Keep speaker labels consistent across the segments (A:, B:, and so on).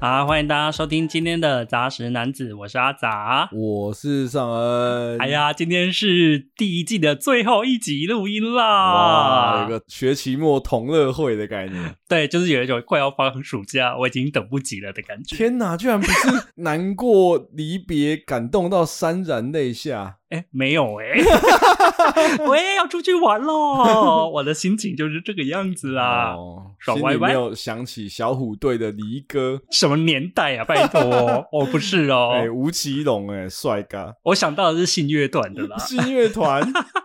A: 好，欢迎大家收听今天的杂食男子，我是阿杂。
B: 我是尚恩。
A: 哎，呀，今天是第一季的最后一集录音
B: 哇，
A: 啦！
B: 有个学期末同乐会的 概念。
A: 对，就是有一种快要放暑假，我已经等不及了的感 觉。
B: 天哪，居然不是难过离别，感动到潸然泪下。
A: 哎，没有 哎、我也要出去玩 喽！我的心情就是这个样子啊啦。
B: 哦，
A: 爽
B: 心
A: 歪
B: 里
A: 歪
B: 没有想起小虎队的离歌。
A: 什么年代啊？拜 托，我不是哦，
B: 哎、吴奇隆，哎，帅哥，
A: 我想到的是信乐团的啦。
B: 新乐 团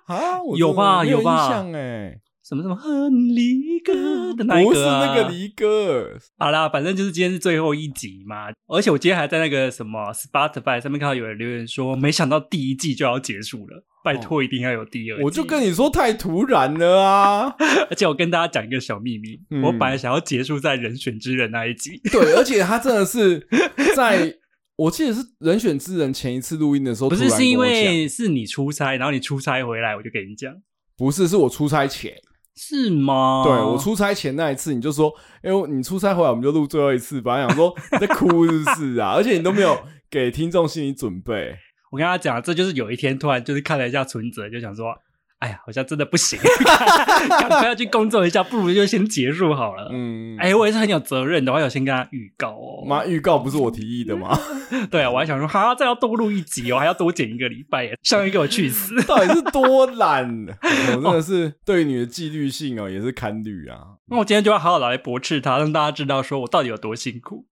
B: 啊，我
A: 有吧
B: 真的没有
A: 有吧
B: 印象哎，
A: 什么什么很离歌的那一
B: 不是
A: 个、啊，
B: 那个离歌，
A: 好啦，反正就是今天是最后一集嘛，而且我今天还在那个什么 Spotify 上面看到有人留言说，没想到第一季就要结束了，拜托一定要有第二季。
B: 哦我就跟你说太突然了啊！
A: 而且我跟大家讲一个小秘密，
B: 嗯
A: 我本来想要结束在人选之人那一 集，
B: 对，而且他真的是在，我记得是《人选之人》前一次录音的时候，
A: 不
B: 突
A: 是
B: 然
A: 是因
B: 跟我讲
A: 为是你出差，然后你出差回来，我就给你讲，
B: 不是，是我出差前，
A: 是吗？
B: 对我出差前那一次，你就说，哎、呦，你出差回来我们就录最后一次，本来想说你在哭是不是啊？而且你都没有给听众心理准备，
A: 我跟他讲，这就是有一天突然就是看了一下存折，就想说，哎呀，好像真的不 行，赶快要去工作一下，不如就先结束好了。
B: 嗯，
A: 哎、我也是很有责任的，我有先跟他预告哦。
B: 妈，预告不是我提议的吗？
A: 对啊，我还想说，哈，再要多录一集哦，还要多剪一个礼拜耶，上一个我去死。
B: 到底是多懒？我真的是对你的纪律性哦，也是堪虑啊。
A: 那我今天就要好好来驳斥他，让大家知道说我到底有多辛苦。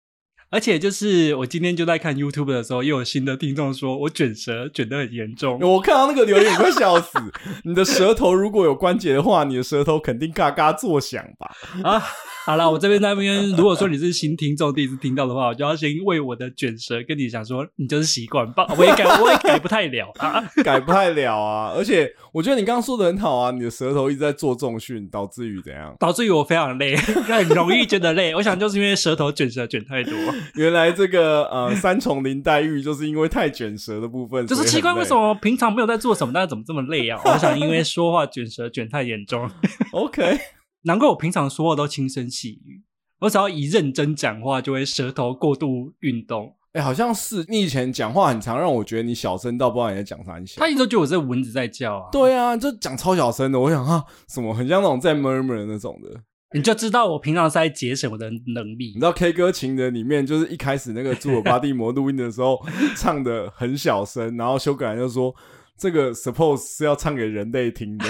A: 而且就是我今天就在看 YouTube 的时候，又有新的听众说我卷舌卷得很严重。
B: 我看到那个留言，我快笑死！你的舌头如果有关节的话，你的舌头肯定嘎嘎作响吧？
A: 啊，好了，我这边那边，如果说你是新听众，第一次听到的话，我就要先为我的卷舌跟你讲说，你就是习惯吧，我也改，我也改不太了啊。
B: 改不太了啊。而且我觉得你刚刚说的很好啊，你的舌头一直在做重训，导致于怎样？
A: 导致于我非常累， 很容易觉得累。我想就是因为舌头卷舌卷太多，
B: 原来这个呃三重林黛玉就是因为太卷舌的部分，
A: 就是
B: 所以很
A: 奇怪
B: 累
A: 为什么平常没有在做什么，但是怎么这么累啊？我想因为说话卷舌卷太严 重，
B: ？OK，
A: 难怪我平常说话都轻声细语，我只要一认真讲话，就会舌头过度运动。
B: 哎、好像是你以前讲话很常让我觉得你小声到不知道你在讲啥，你小。
A: 他一直都觉得我是蚊子在叫啊，
B: 对啊，就讲超小声的，我想啊，什么很像那种在 murmur 的那种的。
A: 你就知道我平常是在节省我的能力
B: 你。知道《K 歌情人》里面，就是一开始那个朱尔巴蒂摩录音的时候唱的很小声，然后修改人就说这个 suppose 是要唱给人类听的。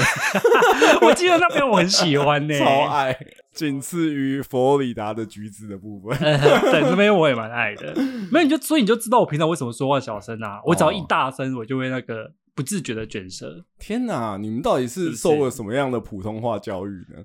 A: 我记得那边我很喜欢 呢、
B: 超爱，仅次于佛罗里达的橘子的部分。
A: 呃 对，那边我也蛮爱的。没有你就所以你就知道我平常为什么说话小声
B: 哦
A: 啊，我只要一大声，我就会那个不自觉的卷舌。
B: 天哪，你们到底是受了什么样的普通话教育呢？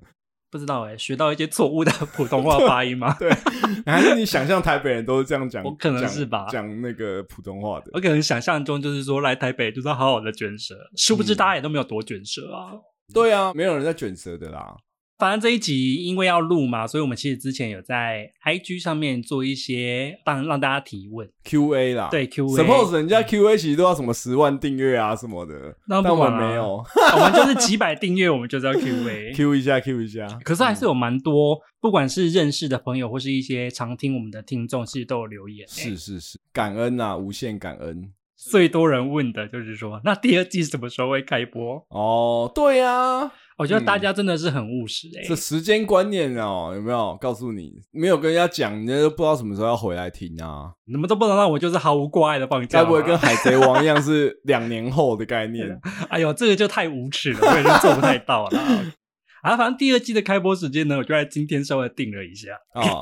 A: 不知道哎、学到一些错误的普通话发音吗？
B: 还是你想象台北人都是这样 讲？
A: 我可能是吧哦
B: 讲讲那个普通话的。
A: 我可能想象中就是说来台北就是要好好的卷舌，殊不知
B: 嗯
A: 大家也都没有多卷舌啊。
B: 对啊，没有人在卷舌的啦。
A: 反正这一集因为要录嘛，所以我们其实之前有在 IG 上面做一些让让大家提问，
B: Q A 啦，
A: 对 Q&A
B: Suppose 人家 Q A 其实都要什么十万订阅啊什么的，
A: 那
B: 但
A: 不
B: 我
A: 管
B: 们
A: 啊
B: 没有
A: 我们就是几百订阅我们就是要 Q&A。
B: Q 一下 Q 一下。
A: 可是还是有蛮多，不管是认识的朋友，或是一些常听我们的听众，其实都有留言、欸。
B: 是是是，感恩呐、无限感恩。
A: 最多人问的就是说，那第二季什么时候会开播？
B: 哦，对啊，
A: 我觉得大家真的是很务实哎、
B: 这时间观念哦，有没有告诉你？没有跟人家讲，人家都不知道什么时候要回来听啊。
A: 你们都不能让我就是毫无挂碍的放假
B: 该
A: 吗，
B: 不会跟海贼王一样是两年后的概 念？
A: 哎呦，这个就太无耻了，我也是做不太到了。 啊，反正第二季的开播时间呢，我就在今天稍微定了一下，
B: 啊！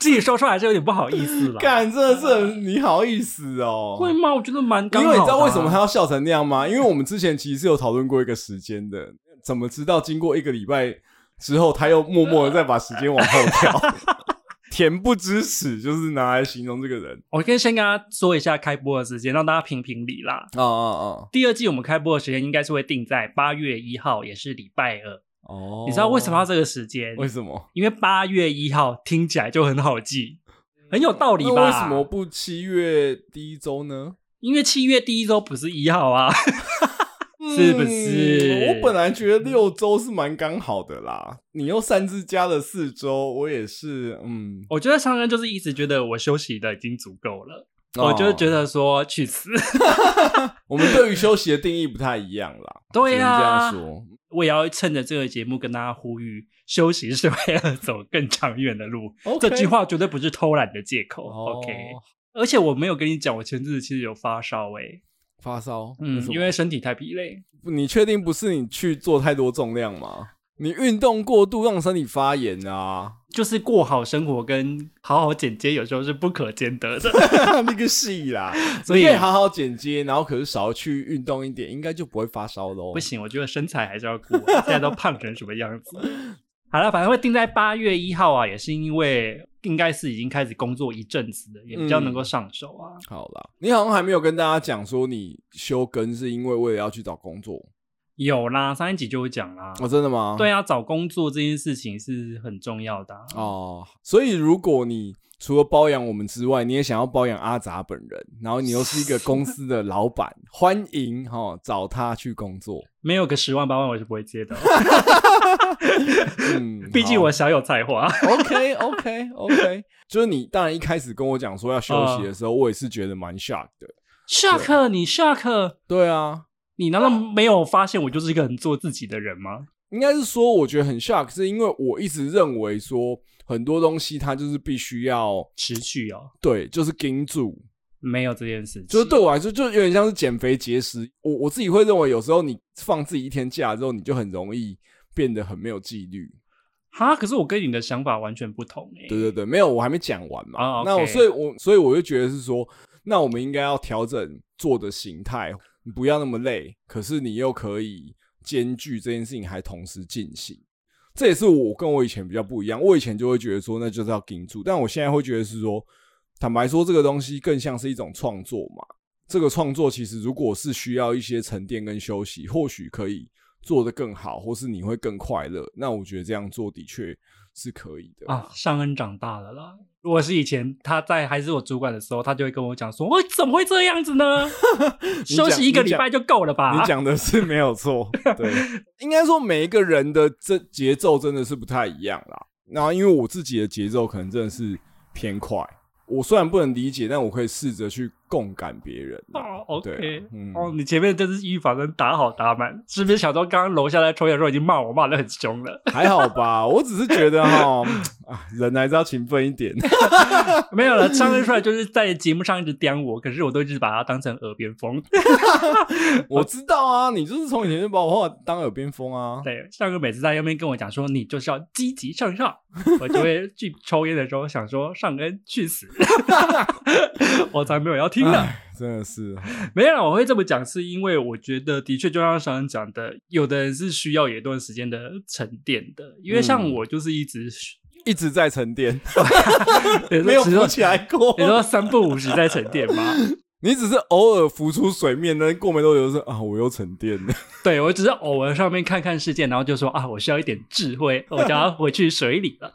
A: 自己说出来还是有点不好意思啦。
B: 干，真的是很你好意思哦。
A: 会吗？我觉得蛮刚
B: 因
A: 好的啊、
B: 为你知道为什么他要笑成那样吗？因为我们之前其实是有讨论过一个时间的，怎么知道经过一个礼拜之后，他又默默的再把时间往后 调？恬不知耻就是拿来形容这个人。
A: 我跟先跟大家说一下开播的时间，让大家评评理啦。
B: 哦哦
A: 第二季我们开播的时间应该是会定在八月一号，也是礼拜二。
B: 哦哦
A: 你知道为什么要？这个时间？
B: 为什么？
A: 因为八月一号听起来就很好记，很有道理
B: 那
A: 吧？
B: 为什么？不七月第一周呢？
A: 因为七月第一周不是一号啊，是不是
B: 我本来觉得六周是蛮刚好的啦，你又擅自加了四周，我也是，嗯，
A: 我觉得上任就是一直觉得我休息的已经足够了，我
B: 哦
A: 就觉得说去死。
B: 我们对于休息的定义不太一样啦。
A: 对啊呀、
B: 只能这样说。
A: 我也要趁着这个节目跟大家呼吁，休息是为了走更长远的路。
B: OK
A: 这句话绝对不是偷懒的借口。
B: 哦
A: OK，而且我没有跟你讲，我前阵子其实有发烧诶、
B: 发烧，
A: 嗯，
B: 什么
A: 因为身体太疲累。
B: 你确定不是你去做太多重量吗？你运动过度让身体发炎啊！
A: 就是过好生活跟好好剪接，有时候是不可兼得 的。
B: 那个戏啦，
A: 所以
B: 你可以好好剪接，然后可是少去运动一点，应该就不会发烧喽
A: 不。行，我觉得身材还是要顾啊，现在都胖成什么样子。 好了，反正会定在八月一号啊，也是因为应该是已经开始工作一阵子了，也比
B: 嗯
A: 较能够上手啊。
B: 好啦，你好像还没有跟大家讲说你休更是因为为了要去找工作
A: 有啦，上一集就有讲啦。
B: 哦，真的吗？
A: 对啊，找工作这件事情是很重要的、啊。
B: 哦，所以如果你除了包养我们之外，你也想要包养阿杂本人，然后你又是一个公司的老板，欢迎哈、哦、找他去工作。
A: 没有个十万八万，我是不会接的哦，
B: 嗯，
A: 毕竟
B: 好
A: 我小有才华。
B: OK OK OK，就是你当然一开始跟我讲说要休息的时候，我也是觉得蛮 shock 的。
A: Shark，你 Shark，
B: 对啊，
A: 你难道没有发现我就是一个很做自己的人吗？
B: 应该是说我觉得很 shock，是因为我一直认为说很多东西它就是必须要
A: 持续哦，
B: 对，就是盯住，
A: 没有这件事情。
B: 就是对我来说就有点像是减肥节食。我我自己会认为有时候你放自己一天假之后，你就很容易变得很没有纪律。
A: 哈，可是我跟你的想法完全不同欸诶、
B: 对对对，没有，我还没讲完嘛。
A: 啊，OK
B: 那我所以我，所以我就觉得是说，那我们应该要调整做的形态，你不要那么累，可是你又可以兼具这件事情还同时进行。这也是我跟我以前比较不一样，我以前就会觉得说那就是要盯住，但我现在会觉得是说，坦白说，这个东西更像是一种创作嘛。这个创作其实如果是需要一些沉淀跟休息，或许可以做得更好，或是你会更快乐。那我觉得这样做的确是可以的。
A: 啊，尚恩长大了啦。如果是以前他在还是我主管的时候，他就会跟我讲说：“我怎么会这样子呢？ 休息一个礼拜就够了吧？”
B: 你讲的是没有错， 对，应该说每一个人的这节奏真的是不太一样啦。那因为我自己的节奏可能真的是偏快，我虽然不能理解，但我可以试着去共感别人啦。
A: 哦，OK，、
B: 对嗯
A: 哦，你前面真是预防针打好打满，是不是？小周刚刚楼下在抽烟的时候已经骂我骂的很凶了，
B: 还好吧，我只是觉得哈，啊，人还是要勤奋一点。
A: 没有了。上恩出来就是在节目上一直刁我，可是我都一直把他当成耳边风。
B: 我知道啊，你就是从以前就把我话当耳边风啊。
A: 对，上哥每次在那边跟我讲说你就是要积极向上，我就会去抽烟的时候想说上恩去死， 我才没有要听呢。
B: 唉真的是，
A: 没有啦，我会这么讲是因为我觉得的确就像上恩讲的，有的人是需要有一段时间的沉淀的，因为像
B: 嗯
A: 我就是一直、
B: 一直在沉淀，
A: 比如说
B: 没有
A: 只是说
B: 浮起来过。
A: 你说三不五时在沉淀吗？
B: 你只是偶尔浮出水面，但过没多久就是啊，我又沉淀了。
A: 对我只是偶尔上面看看事件，然后就说啊，我需要一点智慧， 我就要回去水里了。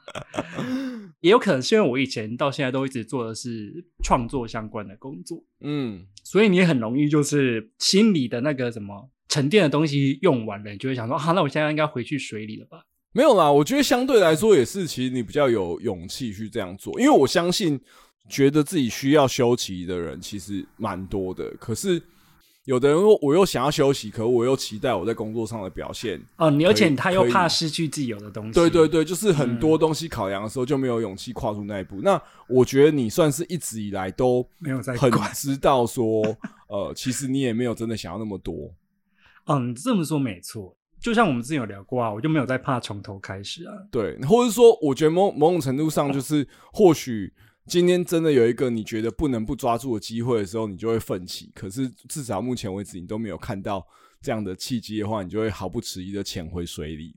A: 也有可能是因为我以前到现在都一直做的是创作相关的工作，
B: 嗯，
A: 所以你很容易就是心里的那个什么沉淀的东西用完了，你就会想说啊，那我现在应该回去水里了吧？
B: 没有啦，我觉得相对来说也是，其实你比较有勇气去这样做，因为我相信觉得自己需要休息的人其实蛮多的。可是有的人又我又想要休息，可我又期待我在工作上的表现。
A: 哦，你而且
B: 可以
A: 他又
B: 可以
A: 怕失去既有的东西，
B: 对对对，嗯就是很多东西考量的时候就没有勇气跨出那一步。那我觉得你算是一直以来都
A: 没有在
B: 很
A: 管
B: 知道说，呃，其实你也没有真的想要那么多。
A: 哦，你这么说没错。就像我们之前有聊过啊，我就没有再怕从头开始啊。
B: 对，或者说，我觉得某某种程度上，就是或许今天真的有一个你觉得不能不抓住的机会的时候，你就会奋起。可是至少目前为止，你都没有看到这样的契机的话，你就会毫不迟疑的潜回水里。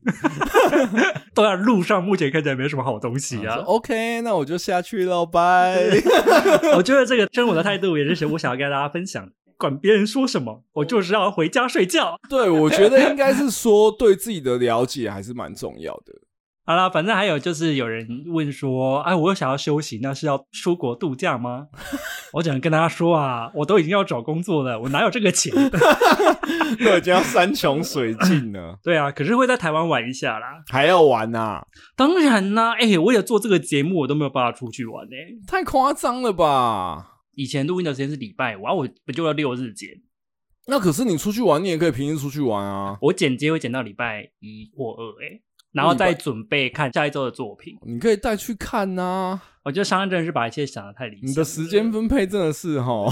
A: 当然，路上目前看起来没什么好东西
B: 说
A: 啊。
B: OK，那我就下去喽，拜。
A: 我觉得这个生活的态度也是我想要跟大家分享的。 管别人说什么，我就是要回家睡觉。
B: 对，我觉得应该是说对自己的了解还是蛮重要的。
A: 好啦，反正还有就是有人问说，哎，我想要休息，那是要出国度假吗？我只能跟大家说啊，我都已经要找工作了，我哪有这个钱？
B: 都已经要山穷水尽了，
A: 对啊，可是会在台湾玩一下啦。
B: 还要玩啊呐、
A: 当然啦，哎、为了做这个节目，我都没有办法出去玩呢、哎
B: 太夸张了吧？
A: 以前录音的时间是礼拜五，啊，我不就要六日剪，
B: 那可是你出去玩，你也可以平时出去玩啊。
A: 我剪接会剪到礼拜一或二、欸，哎，然后再准备看下一周的作品。
B: 你可以带去看呐、啊
A: 我觉得商人真的是把一切想的太理想了。
B: 你的时间分配真的是 哈，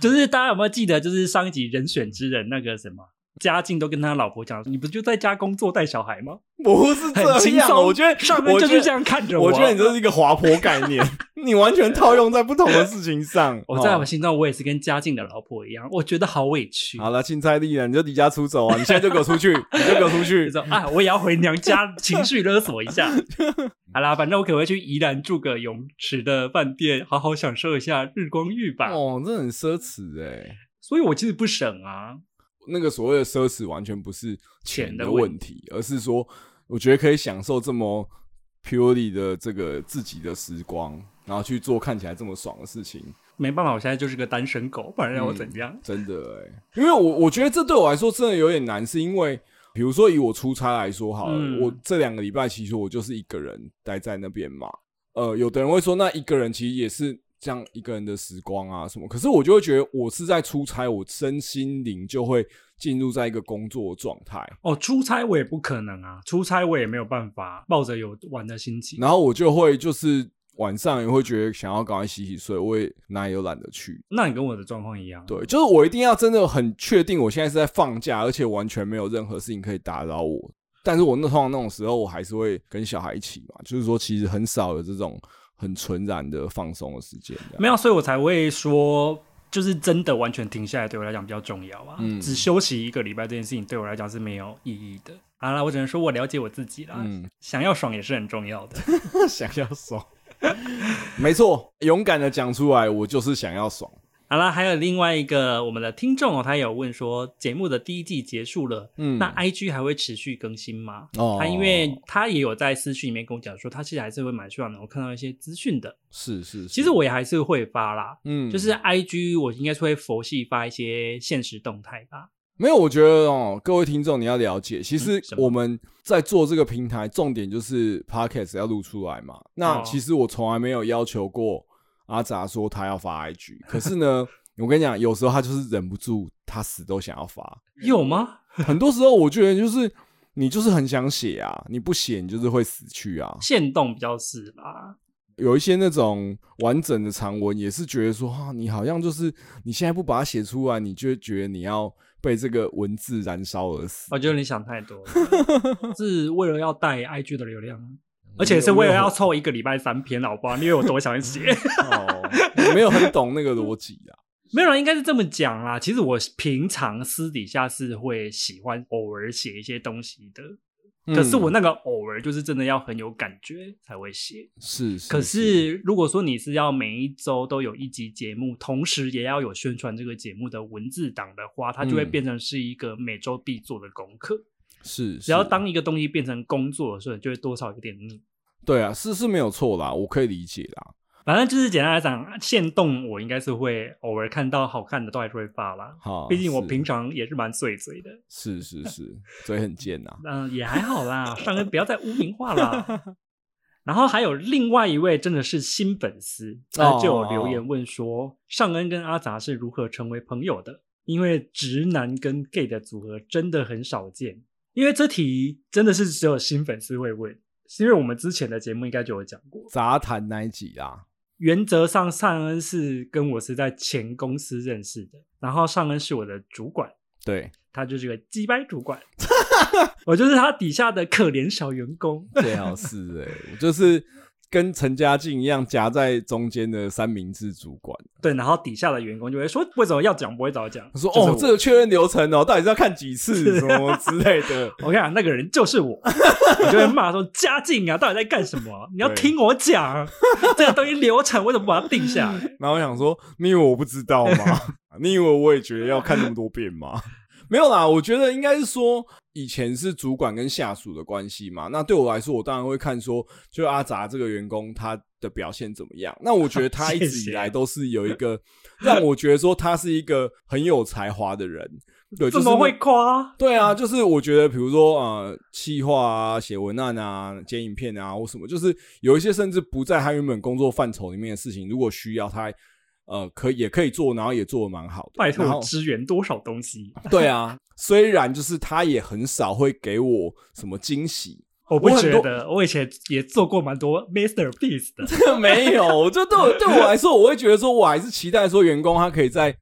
A: 就是大家有没有记得，就是上一集人选之人那个什么？家境都跟他老婆讲，你不就在家工作带小孩吗？
B: 不是
A: 很
B: 这
A: 轻
B: 样。啊
A: 松，
B: 我觉得
A: 上面
B: 我
A: 就
B: 觉
A: 是
B: 得
A: 这样看着
B: 我觉得你
A: 这，
B: 这是一个滑坡概 念，你完全套用在不同的事情 上。
A: 我
B: 齁
A: 在我心中我也是跟家境的老婆一样，我觉得好委屈。
B: 好了，青菜力了，你就离家出走啊！你现在就给我出 去，你就给我出
A: 就
B: 去。
A: 说啊，我也要回娘家，情绪勒索一 下。好啦，反正我可能会去宜兰住个泳池的饭店，好好享受一下日光浴吧。
B: 哦，这很奢侈哎、
A: 所以我其实不省啊，
B: 那个所谓的奢侈，完全不是钱
A: 钱的
B: 的
A: 问
B: 问题，而是说，我觉得可以享受这么 purely 的这个自己的时光，然后去做看起来这么爽的事情，
A: 没办法，我现在就是个单身狗，不然让我怎样？
B: 真的哎、因为我我觉得这对我来说真的有点难，是因为比如说以我出差来说好了，
A: 嗯
B: 我这两个礼拜其实我就是一个人待在那边嘛。呃，有的人会说，那一个人其实也是这样一个人的时光啊什么。可是我就会觉得，我是在出差，我身心灵就会进入在一个工作状态。
A: 哦，出差我也不可能啊，出差我也没有办法抱着有玩的心情。
B: 然后我就会就是晚上也会觉得想要赶快洗洗睡，我也哪里都懒得去。
A: 那你跟我的状况一样，
B: 对，就是我一定要真的很确定我现在是在放假，而且完全没有任何事情可以打扰我。但是我那通常那种时候，我还是会跟小孩一起嘛，就是说其实很少有这种很纯然的放松的时间。这样
A: 没有，所以我才会说，就是真的完全停下来对我来讲比较重要啊。
B: 嗯
A: 只休息一个礼拜这件事情对我来讲是没有意义的。好啦，我只能说我了解我自己啦，
B: 嗯
A: 想要爽也是很重要的。
B: 想要爽，没错，勇敢的讲出来，我就是想要爽。
A: 好啦，还有另外一个我们的听众哦，他有问说，节目的第一季结束了，
B: 嗯
A: 那 IG 还会持续更新吗？
B: 哦
A: 他因为他也有在私讯里面跟我讲说，他其实还是会蛮希望能够看到一些资讯的。
B: 是是，是
A: 其实我也还是会发啦，
B: 嗯
A: 就是 IG 我应该是会佛系发一些现实动态吧。
B: 没有，我觉得哦，各位听众你要了解，其实
A: 嗯什么
B: 我们在做这个平台，重点就是 podcast 要录出来嘛。那
A: 哦
B: 其实我从来没有要求过阿杂说他要发 IG，可是呢，我跟你讲，有时候他就是忍不住，他死都想要发。
A: 有吗？
B: 很多时候我觉得就是你就是很想写啊，你不写你就是会死去啊。
A: 限动比较是吧？
B: 有一些那种完整的长文，也是觉得说啊，你好像就是你现在不把它写出来，你就会觉得你要被这个文字燃烧而死。
A: 我觉得你想太多 了，是为了要带 IG 的流量，啊
B: 嗯
A: 而且是为了要凑一个礼拜三篇，好不好？因为我多想 写。
B: 哦，我没有很懂那个逻辑啊。
A: 没有人应该是这么讲啦。其实我平常私底下是会喜欢偶尔写一些东西的， 可是我
B: 那
A: 那个偶尔就是真的要很有感觉才会写。
B: 嗯是，是
A: 可
B: 是
A: 是如果说你是要每一周都有一集节目，同时也要有宣传这个节目的文字档的话，它就会
B: 嗯
A: 变成是一个每周必做的功课。
B: 是，
A: 只要
B: 是
A: 当一个东西变成工作的时候，你就会多少有点腻。
B: 对啊，是是没有错啦，我可以理解啦。
A: 反正就是简单来讲，限动我应该是会偶尔看到好看的都还是会发啦。
B: 哈，
A: 毕竟我
B: 哦是
A: 平常也是蛮碎嘴的。
B: 是是是嘴很贱啊呐。
A: 嗯、也还好啦，上恩不要再污名化啦。然后还有另外一位真的是新粉丝，他就有留言问说，尚恩跟阿杂是如何成为朋友的？因为直男跟 gay 的组合真的很少见。因为这题真的是只有新粉丝会问，是因为我们之前的节目应该就有讲过，
B: 杂谈那一集啦，
A: 原则上尚恩是跟我是在前公司认识的，然后尚恩是我的主管，
B: 对
A: 他就是个鸡掰主管， 我就是他底下的可怜小员工。
B: 最好是 哎，我就是跟陈嘉静一样夹在中间的三明治主管。
A: 对，然后底下的员工就会说，为什么要讲不会早讲？
B: 他说
A: 就是
B: 哦
A: 我，
B: 这个确认流程哦，到底是要看几次什么之类的。
A: 我跟你讲，那个人就是 我，我就会骂说嘉靖啊，到底在干什么？你要
B: 对
A: 听我讲， 这个东西流程为什么把它定下来？
B: 然后我想说，你以为我不知道吗？你以为我也觉得要看那么多遍吗？ 没有啦，我觉得应该是说以前是主管跟下属的关系嘛。那对我来说，我当然会看说，就阿杂这个员工他的表现怎么样。那我觉得他一直以
A: 啊
B: 来都是有一个让我觉得说他是一个很有才华的人。对，
A: 怎么会夸？
B: 对啊，就是我觉得，比如说呃，企划啊、写文案啊、剪影片啊，或什么，就是有一些甚至不在他原本工作范畴里面的事情，如果需要他，呃，可以也可以做，然后也做的蛮好的。
A: 拜
B: 然
A: 托
B: 后
A: 支援多少东西？
B: 对啊，虽然就是他也很少会给我什么惊喜，
A: 我不
B: 我很
A: 觉
B: 多
A: 得，我以前也做过蛮多 Master Piece 的，
B: 没有，就对我对我来说，我会觉得说，我还是期待说员工他可以在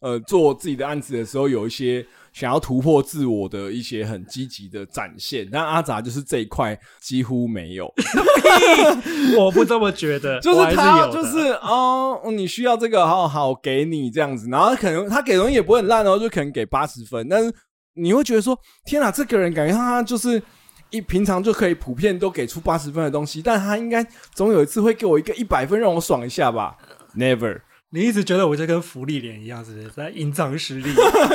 B: 呃做自己的案子的时候，有一些想要突破自我的一些很积极的展现。但阿杂就是这一块几乎没有，
A: 我不这么觉 得，
B: 就
A: 我还
B: 是
A: 是
B: 他
A: 有
B: 就
A: 的
B: 是哦，你需要这个，好好给你这样子，然后他可能他给东西也不会很烂哦，就可能给八十分，但是你会觉得说，天哪，这个人感觉他就是。一平常就可以普遍都给出八十分的东西，但他应该总有一次会给我一个一百分，让我爽一下吧？Never，
A: 你一直觉得我就跟福利脸一样，是不是在隐藏实力？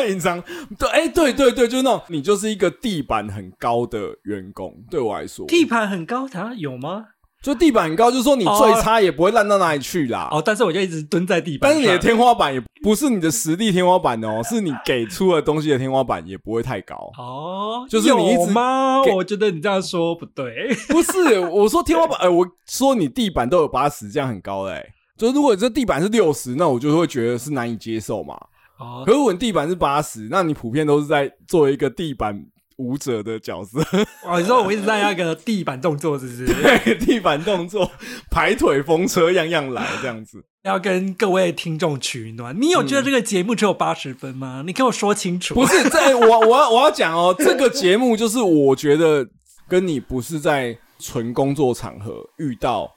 B: 印章，对，哎、对对对，就是那种你就是一个地板很高的员工，对我来说，
A: 地盘很高，台湾有吗？
B: 就地板很高，就是说你
A: 哦
B: 最差也不会烂到哪里去啦。
A: 哦，但是我就一直蹲在地板
B: 但
A: 上。
B: 是你的天花板也不是你的实力天花板哦，是你给出的东西的天花板也不会太高。
A: 哦，
B: 就是你一直
A: 有吗？
B: 给
A: 我觉得你这样说不对。
B: 不是，我说天花板，哎、 我说你地板都有八十，这样很高嘞、就是如果这地板是六十，那我就会觉得是难以接受嘛。
A: 哦
B: 可，是我地板是八十，那你普遍都是在做一个地板舞者的角色。
A: 哦，你说我一直在那个地板动作，是不 是？
B: 对，地板动作、 排腿、风车，样样来，这样子。
A: 要跟各位听众取暖。你有觉得这个节目只有八十分吗？你跟我说清楚。
B: 不是，这我我要我要讲哦，这个节目就是我觉得跟你不是在纯工作场合遇到，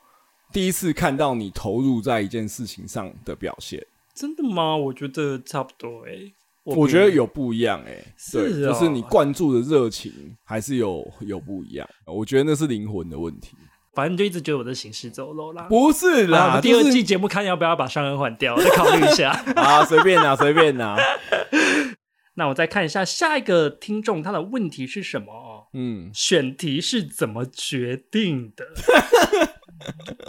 B: 第一次看到你投入在一件事情上的表现，
A: 真的吗？我觉得差不多欸诶、
B: 我觉得有不一样哎、
A: 是
B: 对，
A: 哦
B: 就是你灌注的热情还是有有不一样，我觉得那是灵魂的问题，
A: 反正你就一直觉得我的行尸走肉啦。
B: 不是
A: 啊我
B: 啦，
A: 们第二
B: 就是
A: 季节目看要不要把上恩换掉，再考虑一下。
B: 啊，随便啦，随便啦，
A: 那我再看一下下一个听众他的问题是什么哦？
B: 嗯。
A: 选题是怎么决定 的？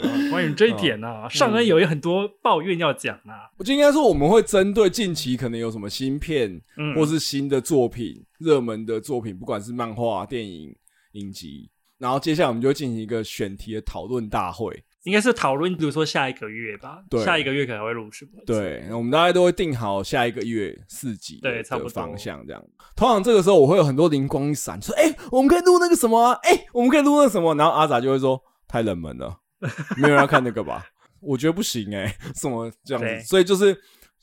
A: 啊关于这一点呢、
B: 哦
A: 啊，上
B: 嗯
A: 恩有很多抱怨要讲啊。
B: 我就应该说我们会针对近期可能有什么新片，
A: 嗯
B: 或是新的作品、热门的作品，不管是漫画、电影、影集，然后接下来我们就会进行一个选题的讨论大会。
A: 应该是讨论，比如说下一个月吧，
B: 对
A: 下一个月可能会录什么？
B: 对，我们大概都会定好下一个月四集的
A: 对差不多
B: 的方向这样。通常这个时候我会有很多灵光一闪，说：“哎、我们可以录那个什么、啊？哎、我们可以录那个什么？”然后阿杂就会说：“太冷门 了，没有人要看那个吧？”我觉得不行哎、什么这样
A: 对
B: 子，所以就是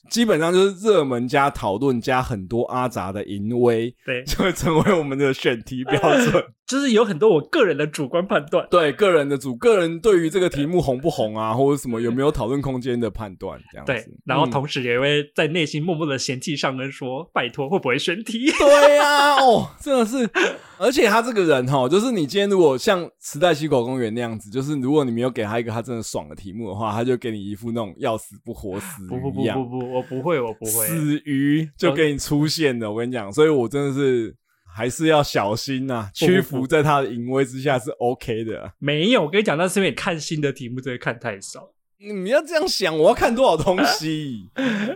B: 基本上就是热门加讨论加很多阿杂的淫威，
A: 对，
B: 就会成为我们的选题标准。
A: 就是有很多我个人的主观判断。
B: 对个人的主，个人对于这个题目红不红啊， 或者什么有没有讨论空间的判断，这样子。
A: 对，然后
B: 嗯
A: 同时也会在内心默默的嫌弃上恩说：“拜托，会不会选题
B: 对呀、哦，真的是，而且他这个人哈，就是你今天如果像池袋西口公园那样子，就是如果你没有给他一个他真的爽的题目的话，他就给你一副那种要死不活死？”
A: 不不
B: 鱼一
A: 不
B: 样，
A: 不不，我不会，我不会。
B: 死鱼就给你出现了。我跟你讲，所以我真的是还是要小心呐、
A: 不不
B: 屈服在他的淫威之下是 OK 的啊、
A: 没有，我跟你讲，那是因为你看新的题目真的看太少。
B: 你要这样想，我要看多少东 西？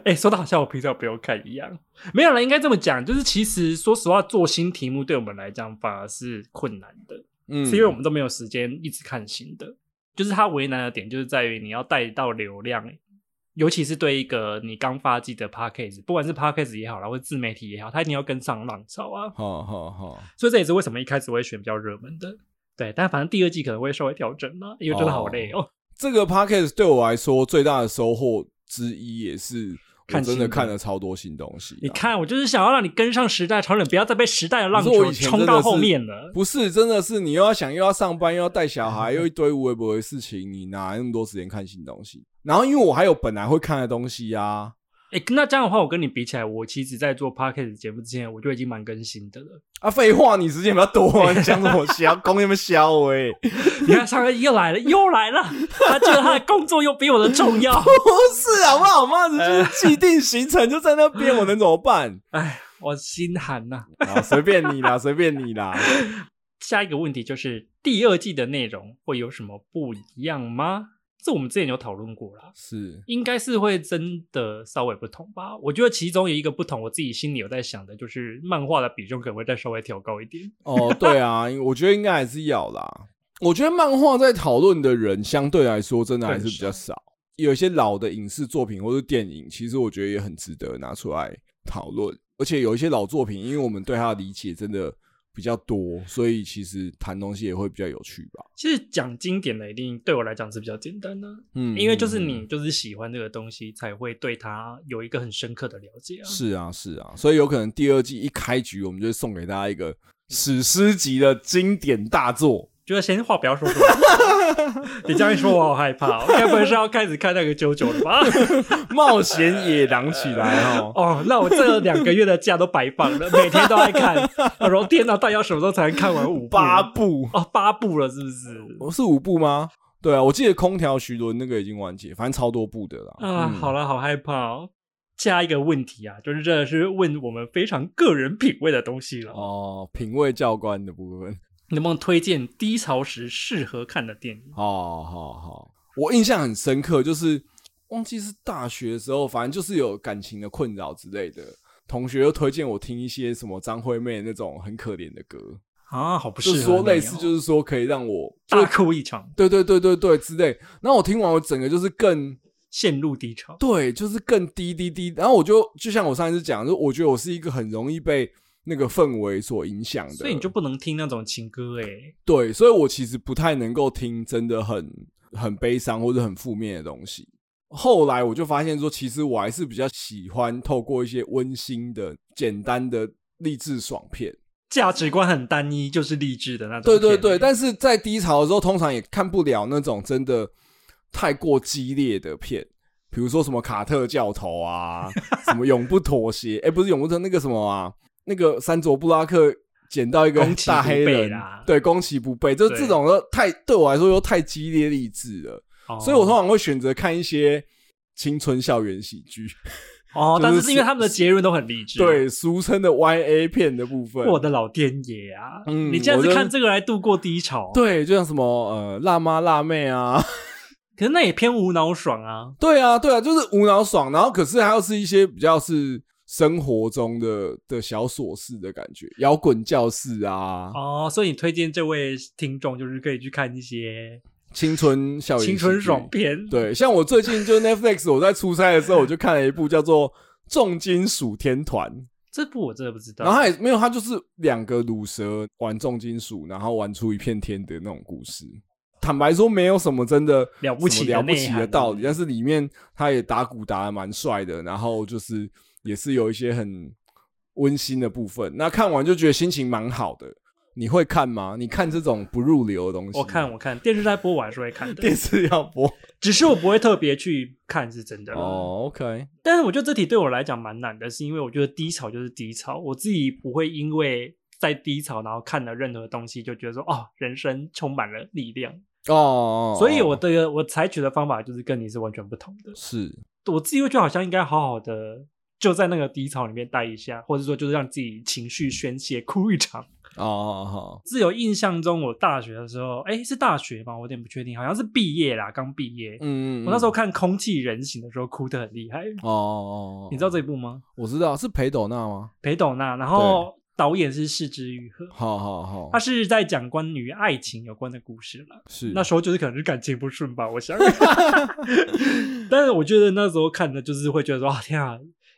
A: 哎、说的好像我平常不用看一样。没有了，应该这么讲，就是其实说实话，做新题目对我们来讲反而是困难的。
B: 嗯
A: 是因为我们都没有时间一直看新的。就是它为难的点，就是在于你要带到流量，尤其是对一个你刚发迹的 p a c k a g e 不管是 p a c k a g e 也好啦，或者自媒体也好，它一定要跟上浪潮啊。
B: 好好好，
A: 所以这也是为什么一开始我会选比较热门的。对，但反正第二季可能会稍微调整啦，因为真的好累哦。
B: 这个 podcast 对我来说最大的收获之一，也是我
A: 看
B: 真
A: 新
B: 的
A: 的
B: 看了超多新东西啊、
A: 你看，我就是想要让你跟上时代潮流，不要再被时代的浪
B: 可是我
A: 潮
B: 以前
A: 冲
B: 真
A: 到
B: 的是
A: 后面了。
B: 不是，真的是你又要想又要上班，又要带小孩，又一堆无微不微的事情，你哪来那么多时间看新东西？然后因为我还有本来会看的东西啊，
A: 哎、那这样的话，我跟你比起来，我其实在做 p a c k a g e 节目之前，我就已经蛮更新的了。
B: 啊，废话，你时间比较多、啊，你讲什么瞎公那么瞎 喂？
A: 你看，上恩又来了，又来了。他觉得他的工作又比我的重要。
B: 哎 不是好不好嘛？这就是既定行程就在那边，我能怎么办？
A: 哎，我心寒呐、
B: 啊，随便你啦，随便你 啦。
A: 下一个问题就是第二季的内容会有什么不一样吗？这我们之前有讨论过啦，
B: 是
A: 应该是会真的稍微不同吧。我觉得其中有一个不同，我自己心里有在想的，就是漫画的比重可能会再稍微调高一点。
B: 哦，对啊，因为我觉得应该还是要啦。我觉得漫画在讨论的人相对来说真的还是比较少，有一些老的影视作品或者电影，其实我觉得也很值得拿出来讨论。而且有一些老作品，因为我们对它的理解真的比较多，所以其实谈东西也会比较有趣吧。
A: 其实讲经典的一定对我来讲是比较简单的、啊
B: 嗯，
A: 因为就是你就是喜欢这个东西，才会对它有一个很深刻的了解啊。
B: 是啊是啊，所以有可能第二季一开局，我们就送给大家一个史诗级的经典大作。
A: 就是先话不要说出来， 你这样一说，我好害怕、哦。该不会是要开始看那个九九了吧？
B: 冒险野狼起来哦！
A: 哦，那我这两个月的假都白放了，每天都在看。我说天哪，到底要什么时候才能看完五
B: 八部？
A: 哦，八部了是不是？
B: 哦、是五部吗？对啊，我记得《空调徐伦》那个已经完结，反正超多部的啦。嗯
A: 啊，好了，好害怕哦。下一个问题啊，就是真的是问我们非常个人品味的东西了。
B: 哦，品味教官的部分。
A: 能不能推荐低潮时适合看的电影？
B: 好好好，我印象很深刻，就是忘记是大学的时候，反正就是有感情的困扰之类的，同学又推荐我听一些什么张惠妹那种很可怜的歌
A: 啊，好不
B: 就是是说类似，就是说可以让我
A: 大哭一场，
B: 对对对对对之类。然后我听完，我整个就是更
A: 陷入低潮。
B: 对，就是更低低低。然后我就就像我上一次讲，就我觉得我是一个很容易被那个氛围所影响的，
A: 所以你就不能听那种情歌哎、
B: 对，所以我其实不太能够听真的很很悲伤或者很负面的东西。后来我就发现说，其实我还是比较喜欢透过一些温馨的、简单的励志爽片。
A: 价值观很单一，就是励志的那种
B: 对
A: 片欸。
B: 对对，但是在低潮的时候，通常也看不了那种真的太过激烈的片，比如说什么卡特教头啊，什么永不妥协，哎、不是永不妥，那个什么啊，那个山卓布拉克捡到一个
A: 攻其
B: 大
A: 不
B: 黑
A: 备
B: 人
A: 啦，
B: 对，攻其不备，就
A: 对
B: 这种的太对我来说又太激烈励志了，
A: 哦
B: 所以我通常会选择看一些青春校园喜剧，
A: 哦，
B: 就是
A: 但是是因为他们的结论都很励志。，
B: 对，俗称的 Y A 片的部分。
A: 我的老天爷啊！
B: 嗯
A: 你这样
B: 我
A: 子
B: 就
A: 看这个来度过低潮，，
B: 对，就像什么呃辣妈辣妹啊，
A: 可是那也偏无脑爽啊。
B: 对啊，对啊，就是无脑爽，然后可是还要是一些比较是生活中的的小琐事的感觉，摇滚教室啊，
A: 哦，所以你推荐这位听众就是可以去看一些
B: 青春校园
A: 青春爽
B: 片。
A: 片，
B: 对，像我最近就 Netflix，我在出差的时候我就看了一部叫做《重金属天团》，
A: 这部我真的不知道。
B: 然后它也没有，它就是两个乳蛇玩重金属，然后玩出一片天的那种故事。坦白说，没有什么真的
A: 了不起的
B: 什么了不起
A: 内
B: 的
A: 涵
B: 道理，但是里面他也打鼓打的蛮帅的，然后就是也是有一些很温馨的部分。那看完就觉得心情蛮好的。你会看吗？你看这种不入流的东西？
A: 我看我看电视在播，我还是会看的，
B: 电视要播
A: 只是我不会特别去看，是真的。
B: 哦。OK，
A: 但是我觉得这题对我来讲蛮难的，是因为我觉得低潮就是低潮，我自己不会因为在低潮然后看了任何东西就觉得说哦，人生充满了力量。
B: 哦，
A: 所以我的我采取的方法就是跟你是完全不同的。
B: 是
A: 我自己会觉得好像应该好好的就在那个低潮里面待一下，或者说就是让自己情绪宣泄，哭一场。
B: 哦哦
A: 自有印象中，我大学的时候，哎，是大学吗？我有点不确定，好像是毕业啦，刚毕业。
B: 嗯，嗯
A: 我那时候看《空气人形》的时候，哭得很厉害。
B: 哦哦，哦
A: 你知道这一部吗？
B: 我知道是裴斗娜吗？
A: 裴斗娜，然后导演是市之愈合，
B: 好好好
A: 他，是在讲关于爱情有关的故事啦。
B: 是
A: 那时候就是可能是感情不顺吧，我 想。但是我觉得那时候看的就是会觉得说，啊天啊，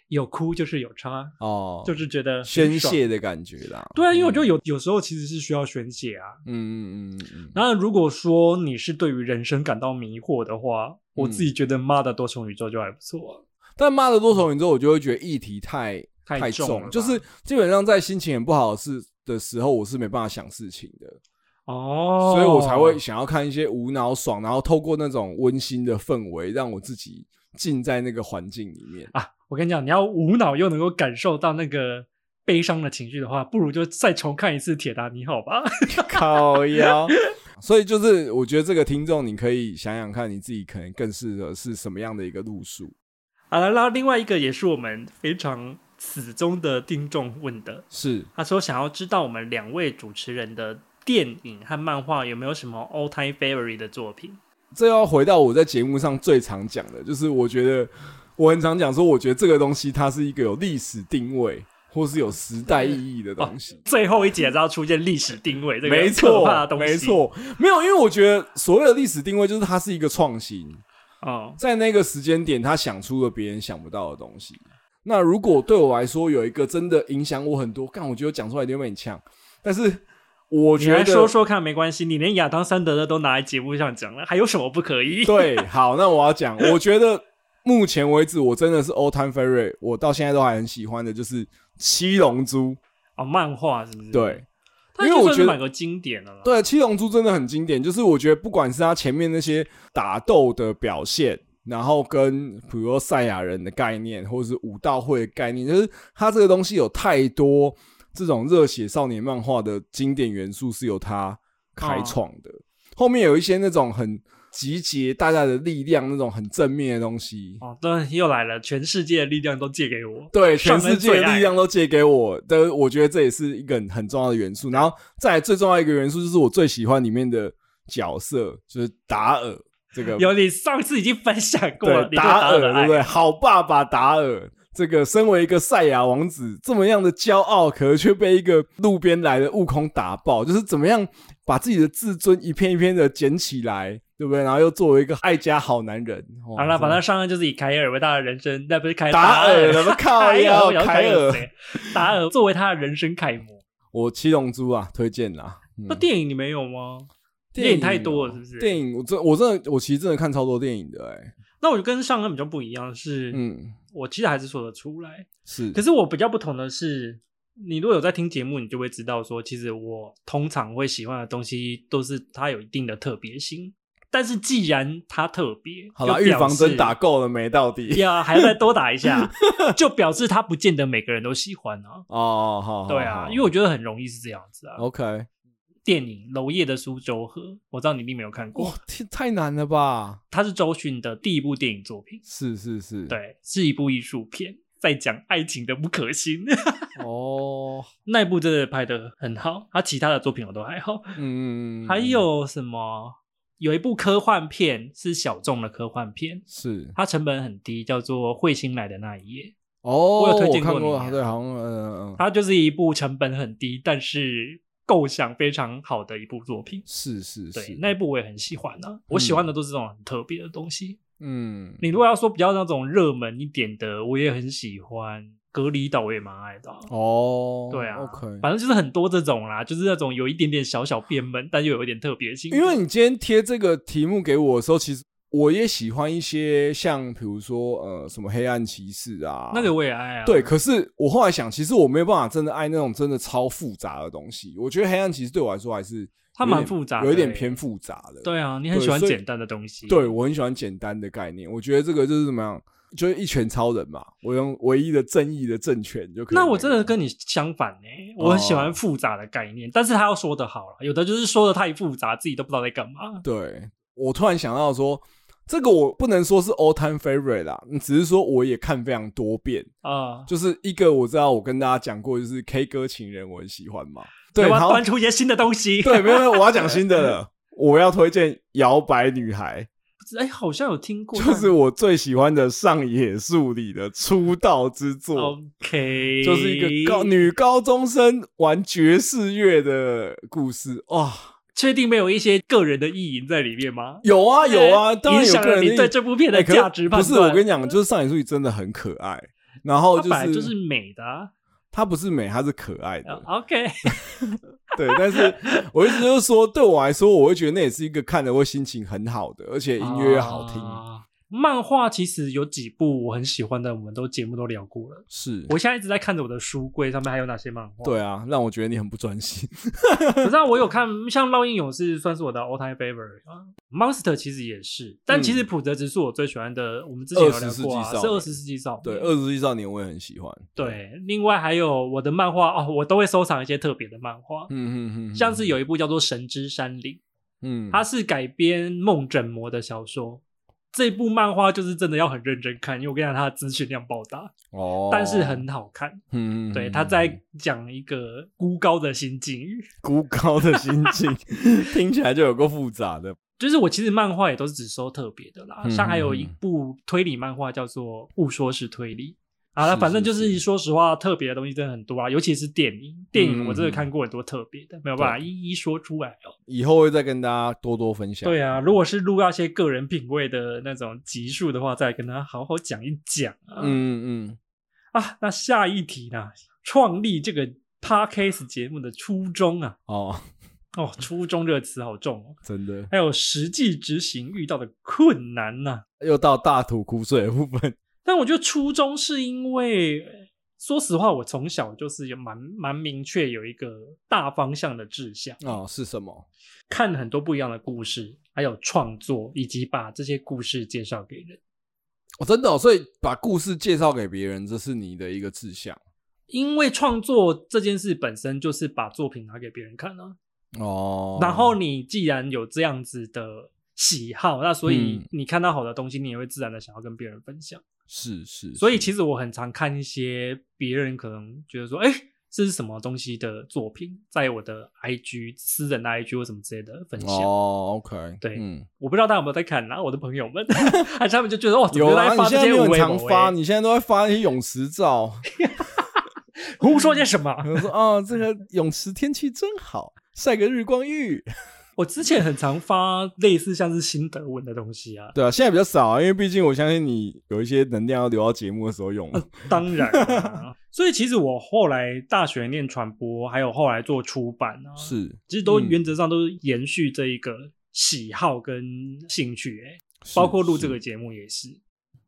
A: 有哭就是有差，
B: 哦，
A: 就是觉得很
B: 宣
A: 爽。
B: 泄的嗯感觉啦。
A: 对啊，因为我觉
B: 就
A: 得有有时候其实是需要宣泄啊。
B: 嗯嗯嗯嗯嗯，
A: 然后如果说你是对于人生感到迷惑的话，我
B: 嗯
A: 自己觉得《妈的多重宇宙》就还不错、
B: 但骂了多重宇宙，我就会觉得议题太
A: 啊，
B: 太
A: 重了吧，
B: 就是基本上在心情很不好的事的时候，我是没办法想事情的，
A: 哦，
B: 所以我才会想要看一些无脑爽，然后透过那种温馨的氛围，让我自己浸在那个环境里 面。
A: 啊，我跟你讲，你要无脑又能够感受到那个悲伤的情绪的话，不如就再重看一次《铁达尼号》吧。
B: 靠腰。所以就是，我觉得这个听众，你可以想想看，你自己可能更适合是什么样的一个路数。
A: 好了，然后另外一个也是我们非常死忠的听众问的，
B: 是
A: 他说想要知道我们两位主持人的电影和漫画有没有什么 all time favorite 的作品。
B: 这要回到我在节目上最常讲的，就是我觉得我很常讲说，我觉得这个东西它是一个有历史定位或是有时代意义的东西。
A: 最后一集知道出现历史定哦位这个
B: 没
A: 可
B: 错
A: 怕的，东西，
B: 没，错，没有，因为我觉得所谓的历史定位就是它是一个创新，
A: 哦，
B: 在那个时间点，他想出了别人想不到的东西。那如果对我来说有一个真的影响我很多，干，我觉得讲出来一定会被你呛。但是我
A: 你
B: 觉
A: 来
B: 得
A: 说说看，没关系，你连亚当·山德勒都拿来节目上讲了，还有什么不可以？
B: 对，好，那我要讲，我觉得目前为止，我真的是 all time favorite，我到现在都还很喜欢的，就是《七龙珠》。
A: 哦，漫画是不是？，
B: 对，
A: 它
B: 因为
A: 就
B: 我
A: 算是
B: 觉得
A: 蛮个经典的了啦。
B: 对，《七龙珠》真的很经典，就是我觉得不管是他前面那些打斗的表现，然后跟比如说赛亚人的概念，或者是武道会的概念，就是他这个东西有太多这种热血少年漫画的经典元素是由他开创的。后面有一些那种很集结大家的力量，那种很正面的东西。
A: 哦，对，又来了，全世界的力量都借给我。
B: 对，
A: 上
B: 全
A: 恩
B: 世界
A: 最
B: 的
A: 爱
B: 力量都借给我的，我觉得这也是一个很很重要的元素。然后再来最重要一个元素就是我最喜欢里面的角色，就是达尔这个
A: 有你上次已经分享过了，
B: 对
A: 你对
B: 达
A: 达
B: 尔
A: 的
B: 对
A: 爱
B: 不对？好爸爸达尔，这个身为一个赛亚王子这么样的骄傲，可是却被一个路边来的悟空打爆，就是怎么样把自己的自尊一片一片的捡起来，对不对？然后又作为一个爱家好男人，哇
A: 好了，
B: 真的
A: 反正上岸就是以凯尔为他的人生，那不是凯
B: 达
A: 达
B: 尔
A: 哎
B: 了，靠
A: 凯
B: 要
A: 尔，然后
B: 凯
A: 尔
B: 尔，
A: 谁？达尔作为他的人生楷模。
B: 我七龙珠啊，推荐啦。嗯
A: 那电影你没有吗？电影太多了是不是
B: 哦电影我真我真的我其实真的看超多电影的哎、
A: 那我就跟上岸比较不一样，是、
B: 嗯，
A: 我其实还是说得出来，
B: 是
A: 可是我比较不同的是。你如果有在听节目，你就会知道说，其实我通常会喜欢的东西都是它有一定的特别性。但是既然它特别，
B: 好了，
A: 就
B: 预
A: 表
B: 防针
A: 示
B: 打 够了没？到底
A: 呀，还要再多打一下，就表示他不见得每个人都喜欢啊。
B: 哦，好，好
A: 对啊，
B: 好哦
A: 因为我觉得很容易是这样子啊。
B: OK，
A: 电影《娄烨的苏州河》，我知道你并没有看过
B: 哇，，天，太难了吧？
A: 它是周迅的第一部电影作品，
B: 是是是，，
A: 对，是一部艺术片，在讲爱情的不可信。
B: 哦，
A: 那一部真的拍的很好，他其他的作品我都还好。
B: 嗯，
A: 还有什么？有一部科幻片是小众的科幻片，
B: 是
A: 它成本很低，叫做《彗星来的那一夜》。
B: 哦，
A: 我有推荐
B: 看
A: 过你
B: 过，
A: 啊
B: 对，好像嗯嗯嗯，
A: 它就是一部成本很低，但是构想非常好的一部作品。
B: 是是嗯
A: 对
B: 是，，
A: 那一部我也很喜欢啊。我喜欢的都是这种很特别的东西。
B: 嗯，
A: 你如果要说比较那种热门一点的，我也很喜欢《隔离岛》，我也蛮爱的啊、
B: 哦，
A: 对啊
B: ，OK，
A: 反正就是很多这种啦，就是那种有一点点小小变门，但又有一点特别性。
B: 因为你今天贴这个题目给我的时候，其实我也喜欢一些像比如说呃什么黑暗骑士啊，
A: 那个我也爱啊。
B: 对。可是我后来想，其实我没有办法真的爱那种真的超复杂的东西。我觉得黑暗骑士对我来说还是
A: 它
B: 有点
A: 蛮复杂的
B: 有一点
A: 欸
B: 偏复杂的。
A: 对啊，你很
B: 对
A: 喜欢
B: 所以
A: 简单的东西。
B: 对，我很喜欢简单的概念。我觉得这个就是怎么样，就是一拳超人嘛，我用唯一的正义的正拳就可以哦个。
A: 那我真的跟你相反呢、我很喜欢复杂的概念，但是他要说的好了，有的就是说的太复杂，自己都不知道在干嘛。
B: 对我突然想到说，这个我不能说是 all time favorite 啦，嗯只是说我也看非常多遍。
A: 啊、
B: 就是一个我知道我跟大家讲过，就是 K 歌情人我很喜欢嘛。对，
A: 要不
B: 然
A: 要
B: 后
A: 啊端出一些新的东西？
B: 对，没有没有，我要讲新 的了。我要推荐《摇摆女孩
A: 哎，好像有听》，过，
B: 就是我最喜欢的上野树里的出道之
A: 但
B: 作，
A: OK，
B: 就是一个高女高中生玩爵士乐的故事。哇，
A: 确定没有一些个人的意淫在里面吗？
B: 有啊有啊，当
A: 哎影
B: 然有
A: 响
B: 个
A: 了
B: 人
A: 你
B: 的
A: 对这部片的
B: 哎可是
A: 价值判
B: 不是，我
A: 断。
B: 跟你讲，就是上野树里真的很可爱。然后
A: 它
B: 就
A: 本来
B: 是，
A: 就是美的、啊
B: 她不是美，她是可爱的。
A: 啊 OK，
B: 对，但是我一直就是说，对我来说，我会觉得那也是一个看的会心情很好的，而且音乐又好听。
A: 啊漫画其实有几部我很喜欢的，我们都节目都聊过了。
B: 是，
A: 我现在一直在看着我的书柜上面还有哪些漫画。
B: 对啊，让我觉得你很不 专心。
A: 可是啊我有看，像《烙印勇士》算是我的 all time favorite 啊，Monster 其实也是，但其实普泽直树我最喜欢的，我们之前有聊过啊，
B: 嗯20
A: 是
B: 世纪少年
A: 二十世纪少年。
B: 对，《二十一少年》我也很喜欢。
A: 对，另外还有我的漫画哦，我都会收藏一些特别的漫画，
B: 嗯嗯嗯，
A: 像是有一部叫做《神之山岭》，
B: 嗯，
A: 它是改编梦枕魔的小说，这部漫画就是真的要很认真看，因为我跟你讲，它的资讯量爆大，
B: 哦，
A: 但是很好看。
B: 嗯，嗯，
A: 对，
B: 嗯
A: 他在讲一个孤高的新境遇，
B: 孤高的心境， 听起来就有够复杂的。
A: 就是我其实漫画也都是只收特别的啦，
B: 嗯
A: 像还有一
B: 嗯嗯
A: 部推理漫画叫做《误说是推理》。啊，
B: 是
A: 反正
B: 是
A: 就是
B: 是
A: 说实话，特别的东西真的很多啊，尤其是电影。电影我真的
B: 嗯嗯
A: 看过很多特别的，没有办法一一说出来哦。
B: 以后会再跟大家多多分享。
A: 对啊，如果是录到一些个人品味的那种集数的话，再跟他好好讲一讲啊。
B: 嗯，嗯嗯，
A: 啊，那下一题呢？创立这个 podcast 节目的初衷啊，
B: 哦，
A: 哦，初衷这个词好重哦。
B: 真的
A: 还有实际执行遇到的困难呢、
B: 又到大吐苦水的部分。
A: 但我觉得初衷是因为，呃说实话，我从小就是有蛮蛮明确有一个大方向的志向，
B: 哦，是什么？
A: 看很多不一样的故事，还有创作，以及把这些故事介绍给人。
B: 哦，真的、哦，所以把故事介绍给别人，这是你的一个志向。
A: 因为创作这件事本身就是把作品拿给别人看啊，
B: 哦，
A: 然后你既然有这样子的喜好，那所以
B: 嗯
A: 你看到好的东西，你也会自然的想要跟别人分享。
B: 是是，
A: 所以
B: 是
A: 其实我很常看一些别人可能觉得说，哎、这是什么东西的作品，在我的 IG 私人的 IG 或什么之类的分享。
B: 哦，OK，
A: 对
B: 嗯，
A: 我不知道大家有没有在看啊啦、我的朋友 们，还是他们就觉得哇，哦怎么
B: 有
A: 又
B: 啊，
A: 在
B: 你
A: 发
B: 现
A: 这
B: 在
A: 些哎欸
B: 没有
A: 无
B: 很
A: 为
B: 常发，你现在都在发一些泳池照，
A: 胡说些什么？
B: 比如说哦，这个泳池天气真好，晒个日光浴。
A: 我之前很常发类似像是心得文的东西啊，
B: 对啊，现在比较少啊，因为毕竟我相信你有一些能量要留到节目的时候用
A: 呃
B: 嘛。
A: 当然啦、 所以其实我后来大学念传播，还有后来做出版啊，
B: 是
A: 其实都
B: 嗯
A: 原则上都是延续这一个喜好跟兴趣、欸，包括录这个，节目也是。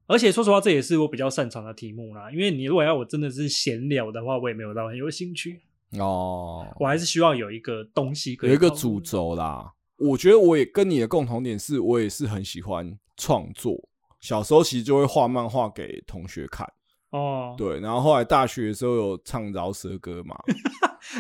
A: 而且说实话，这也是我比较擅长的题目啦。因为你如果要我真的是闲聊的话，我也没有到很有兴趣，
B: 是哦，
A: 我还是希望有一个东西可以
B: 有一个
A: 讨论
B: 主轴啦。我觉得我也跟你的共同点是，我也是很喜欢创作。小时候其实就会画漫画给同学看，
A: 哦。
B: 对，然后后来大学的时候有唱饶舌歌嘛，
A: 哎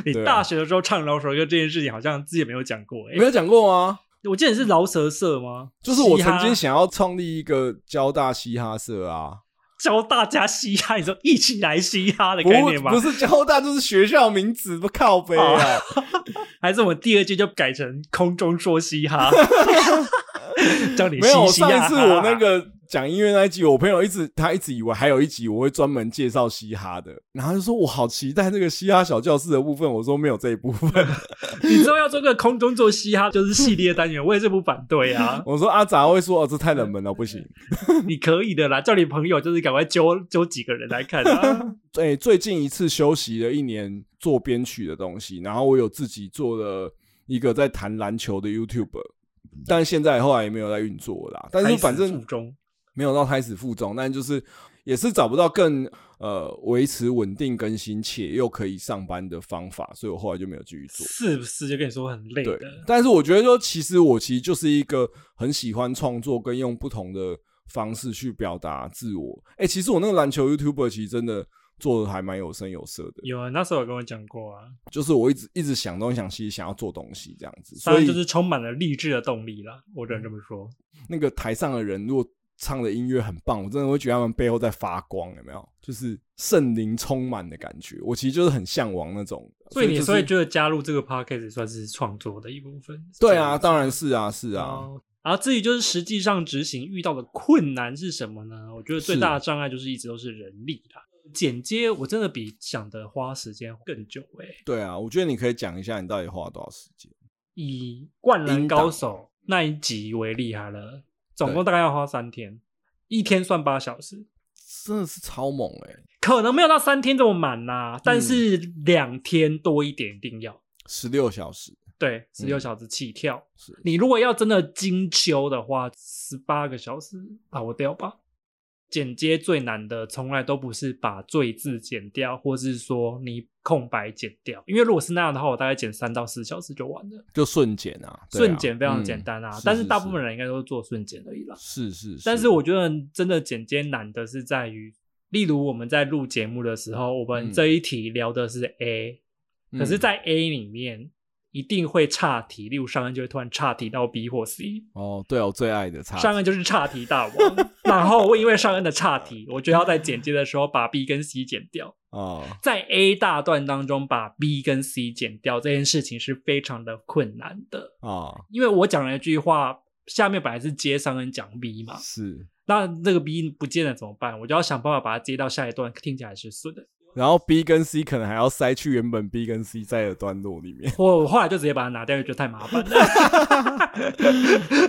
A: 你
B: 对啊
A: 大学的时候唱饶舌歌这件事情，好像自己也没有讲过、欸。
B: 没有讲过吗？
A: 我记得你是饶舌社吗？
B: 就是我
A: 嘻哈
B: 曾经想要创立一个交大嘻哈社啊，
A: 教大家嘻哈，你说一起来嘻哈的
B: 不
A: 概念吗？哦
B: 不是交大就是学校名字，不靠背啊，
A: 还是我们第二季就改成空中说嘻 哈，叫你
B: 没有，
A: 嘻嘻
B: 上
A: 哈
B: 一
A: 哈
B: 次我那个讲音乐那一集，我朋友一直他一直以为还有一集我会专门介绍嘻哈的，然后他就说我好期待那个嘻哈小教室的部分，我说没有这一部分，，
A: 你之后要做个空中做嘻哈，就是系列单元，我也是不反对啊
B: 我说阿杂会说哦这太冷门了不行，
A: 你可以的啦，叫你朋友就是赶快揪揪几个人来看啊。
B: 哎、最近一次休息了一年做编曲的东西，然后我有自己做了一个在谈篮球的 YouTube，但现在后来也没有在运作啦， 但是反
A: 开始
B: 正
A: 附中
B: 没有到开始负重，但就是也是找不到更呃维持稳定更新且又可以上班的方法，所以我后来就没有继续做。
A: 是不是就跟你说很累
B: 对
A: 的？，
B: 但是我觉得说，其实我其实就是一个很喜欢创作跟用不同的方式去表达自我。哎、其实我那个篮球 YouTuber 其实真的做的还蛮有声有色的，
A: 有啊，那时候有跟我讲过啊，
B: 就是我一直一直想东想西，想要做东西这样子，
A: 当
B: 所
A: 然
B: 以嗯
A: 就是充满了励志的动力啦，我只能这么说。
B: 那个台上的人如果唱的音乐很棒，我真的会觉得他们背后在发光，有没有？就是圣灵充满的感觉。我其实就是很向往那种，
A: 所以你
B: 就是
A: 所以觉得加入这个 podcast 算是创作的一部分？是
B: 对
A: 这样
B: 啊，
A: 子
B: 当然是啊，是啊，
A: 哦然后至于就是实际上执行遇到的困难是什么呢？我觉得最
B: 是
A: 大的障碍就是一直都是人力啦。剪接我真的比想的花时间更久欸诶、
B: 对啊。我觉得你可以讲一下你到底花了多少时间。
A: 以《灌篮
B: 音档
A: 高手》那一集为例好了，总共大概要花三天，一天算八小时，
B: 真的是超猛哎、
A: 可能没有到三天这么满啦、
B: 嗯
A: 但是两天多一点一定要。
B: 十六小时
A: 对，十六
B: 嗯
A: 小时起跳。
B: 是
A: 你如果要真的精修的话，十八个小时跑掉吧。剪接最难的，从来都不是把“最”字剪掉，或是说你空白剪掉，因为如果是那样的话，我大概剪三到四小时就完了。
B: 就瞬剪啊，对啊
A: 瞬剪非常简单啊，
B: 嗯
A: 但是大部分人应该都是做瞬剪而已啦。
B: 是是，
A: 但是我觉得真的剪接难的是在于，例如我们在录节目的时候，我们
B: 嗯
A: 这一题聊的是 A，、可是，
B: 嗯
A: 在 A 里面，一定会岔题，例如上恩就会突然岔题到 B 或 C，
B: 哦，对我最爱的差
A: 上恩就是岔题大王。 然后我因为上恩的岔题，我就要在剪接的时候把 B 跟 C 剪掉，
B: 哦，
A: 在 A 大段当中把 B 跟 C 剪掉这件事情是非常的困难的，
B: 哦，
A: 因为我讲了一句话，下面本来是接上恩讲 B 嘛，
B: 是。
A: 那这个 B 不见了怎么办？我就要想办法把它接到下一段，听起来是顺的。
B: 然后 B 跟 C 可能还要塞去原本 B 跟 C 在的段落里面。
A: 我我后来就直接把它拿掉，因为觉得太麻烦 了。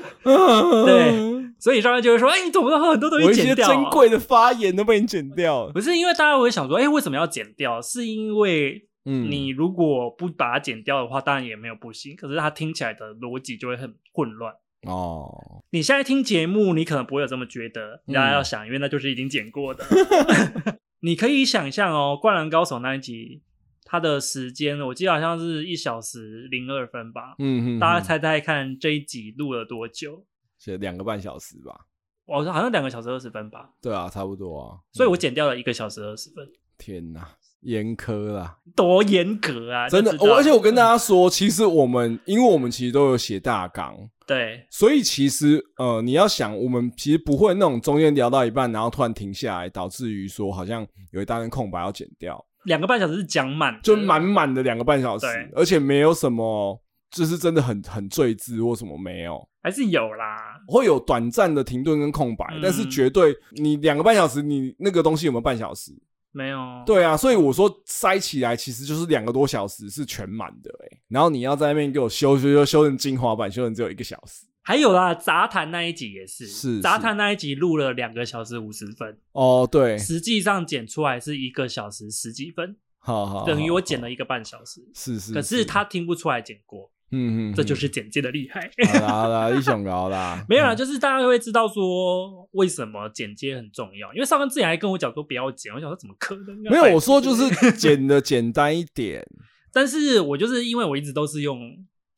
A: 对，所以上面就会说：“哎、你怎么会很多东
B: 我
A: 西
B: 一些
A: 剪掉、啊？”
B: 珍贵的发言都被你剪掉了。
A: 不是因为大家会想说：“哎、为什么要剪掉？”是因为
B: 嗯，
A: 你如果不把它剪掉的话，当然也没有不行，可是它听起来的逻辑就会很混乱。
B: 哦，
A: 你现在听节目，你可能不会有这么觉得，大
B: 嗯
A: 家要想，因为那就是已经剪过 的。 你可以想象哦，《灌篮高手》那一集，它的时间我记得好像是一小时零二分吧。
B: 嗯嗯，
A: 大家
B: 嗯
A: 猜猜看，这一集录了多久？
B: 写两个半小时吧？
A: 我好像两个小时二十分吧，
B: 对啊，差不多啊。
A: 所以我剪掉了一个小时二十分，
B: 天哪，严苛啦。
A: 多严格啊！
B: 真的
A: 就，知道嗯
B: 我而且我跟大家说，其实我们因为我们其实都有写大纲，
A: 对
B: 所以其实呃，你要想，我们其实不会那种中间聊到一半，然后突然停下来，导致于说好像有一大段空白要剪掉，
A: 两个半小时是讲满的，
B: 就满满的两个半小时
A: 对，
B: 而且没有什么，就是真的很很赘字或什么没有。
A: 还是有啦。
B: 会有短暂的停顿跟空白，
A: 嗯
B: 但是绝对你两个半小时，你那个东西有没有半小时？
A: 没有，哦
B: 对啊，所以我说塞起来其实就是两个多小时是全满的哎、然后你要在那边给我修修修修成精华版，修成只有一个小时
A: 还有啦，杂谈那一集也是，
B: 是
A: 杂
B: 是
A: 谈那一集录了两个小时五十分，
B: 哦，对，
A: 实际上剪出来是一个小时十几分，
B: 好好，
A: 等于
B: 好
A: 我剪了一个半小时。
B: 哦是是，
A: 可是他听不出来剪过，
B: 嗯嗯，
A: 这就是剪辑的厉害。，
B: 嗯好啦好啦，一想搞 啦
A: 没有啦，就是大家会知道说为什么剪接很重要，因为上官之前还跟我讲说不要剪，我想说怎么可能？
B: 没有我说就，是剪的简单一点，
A: 但是我就是因为我一直都是用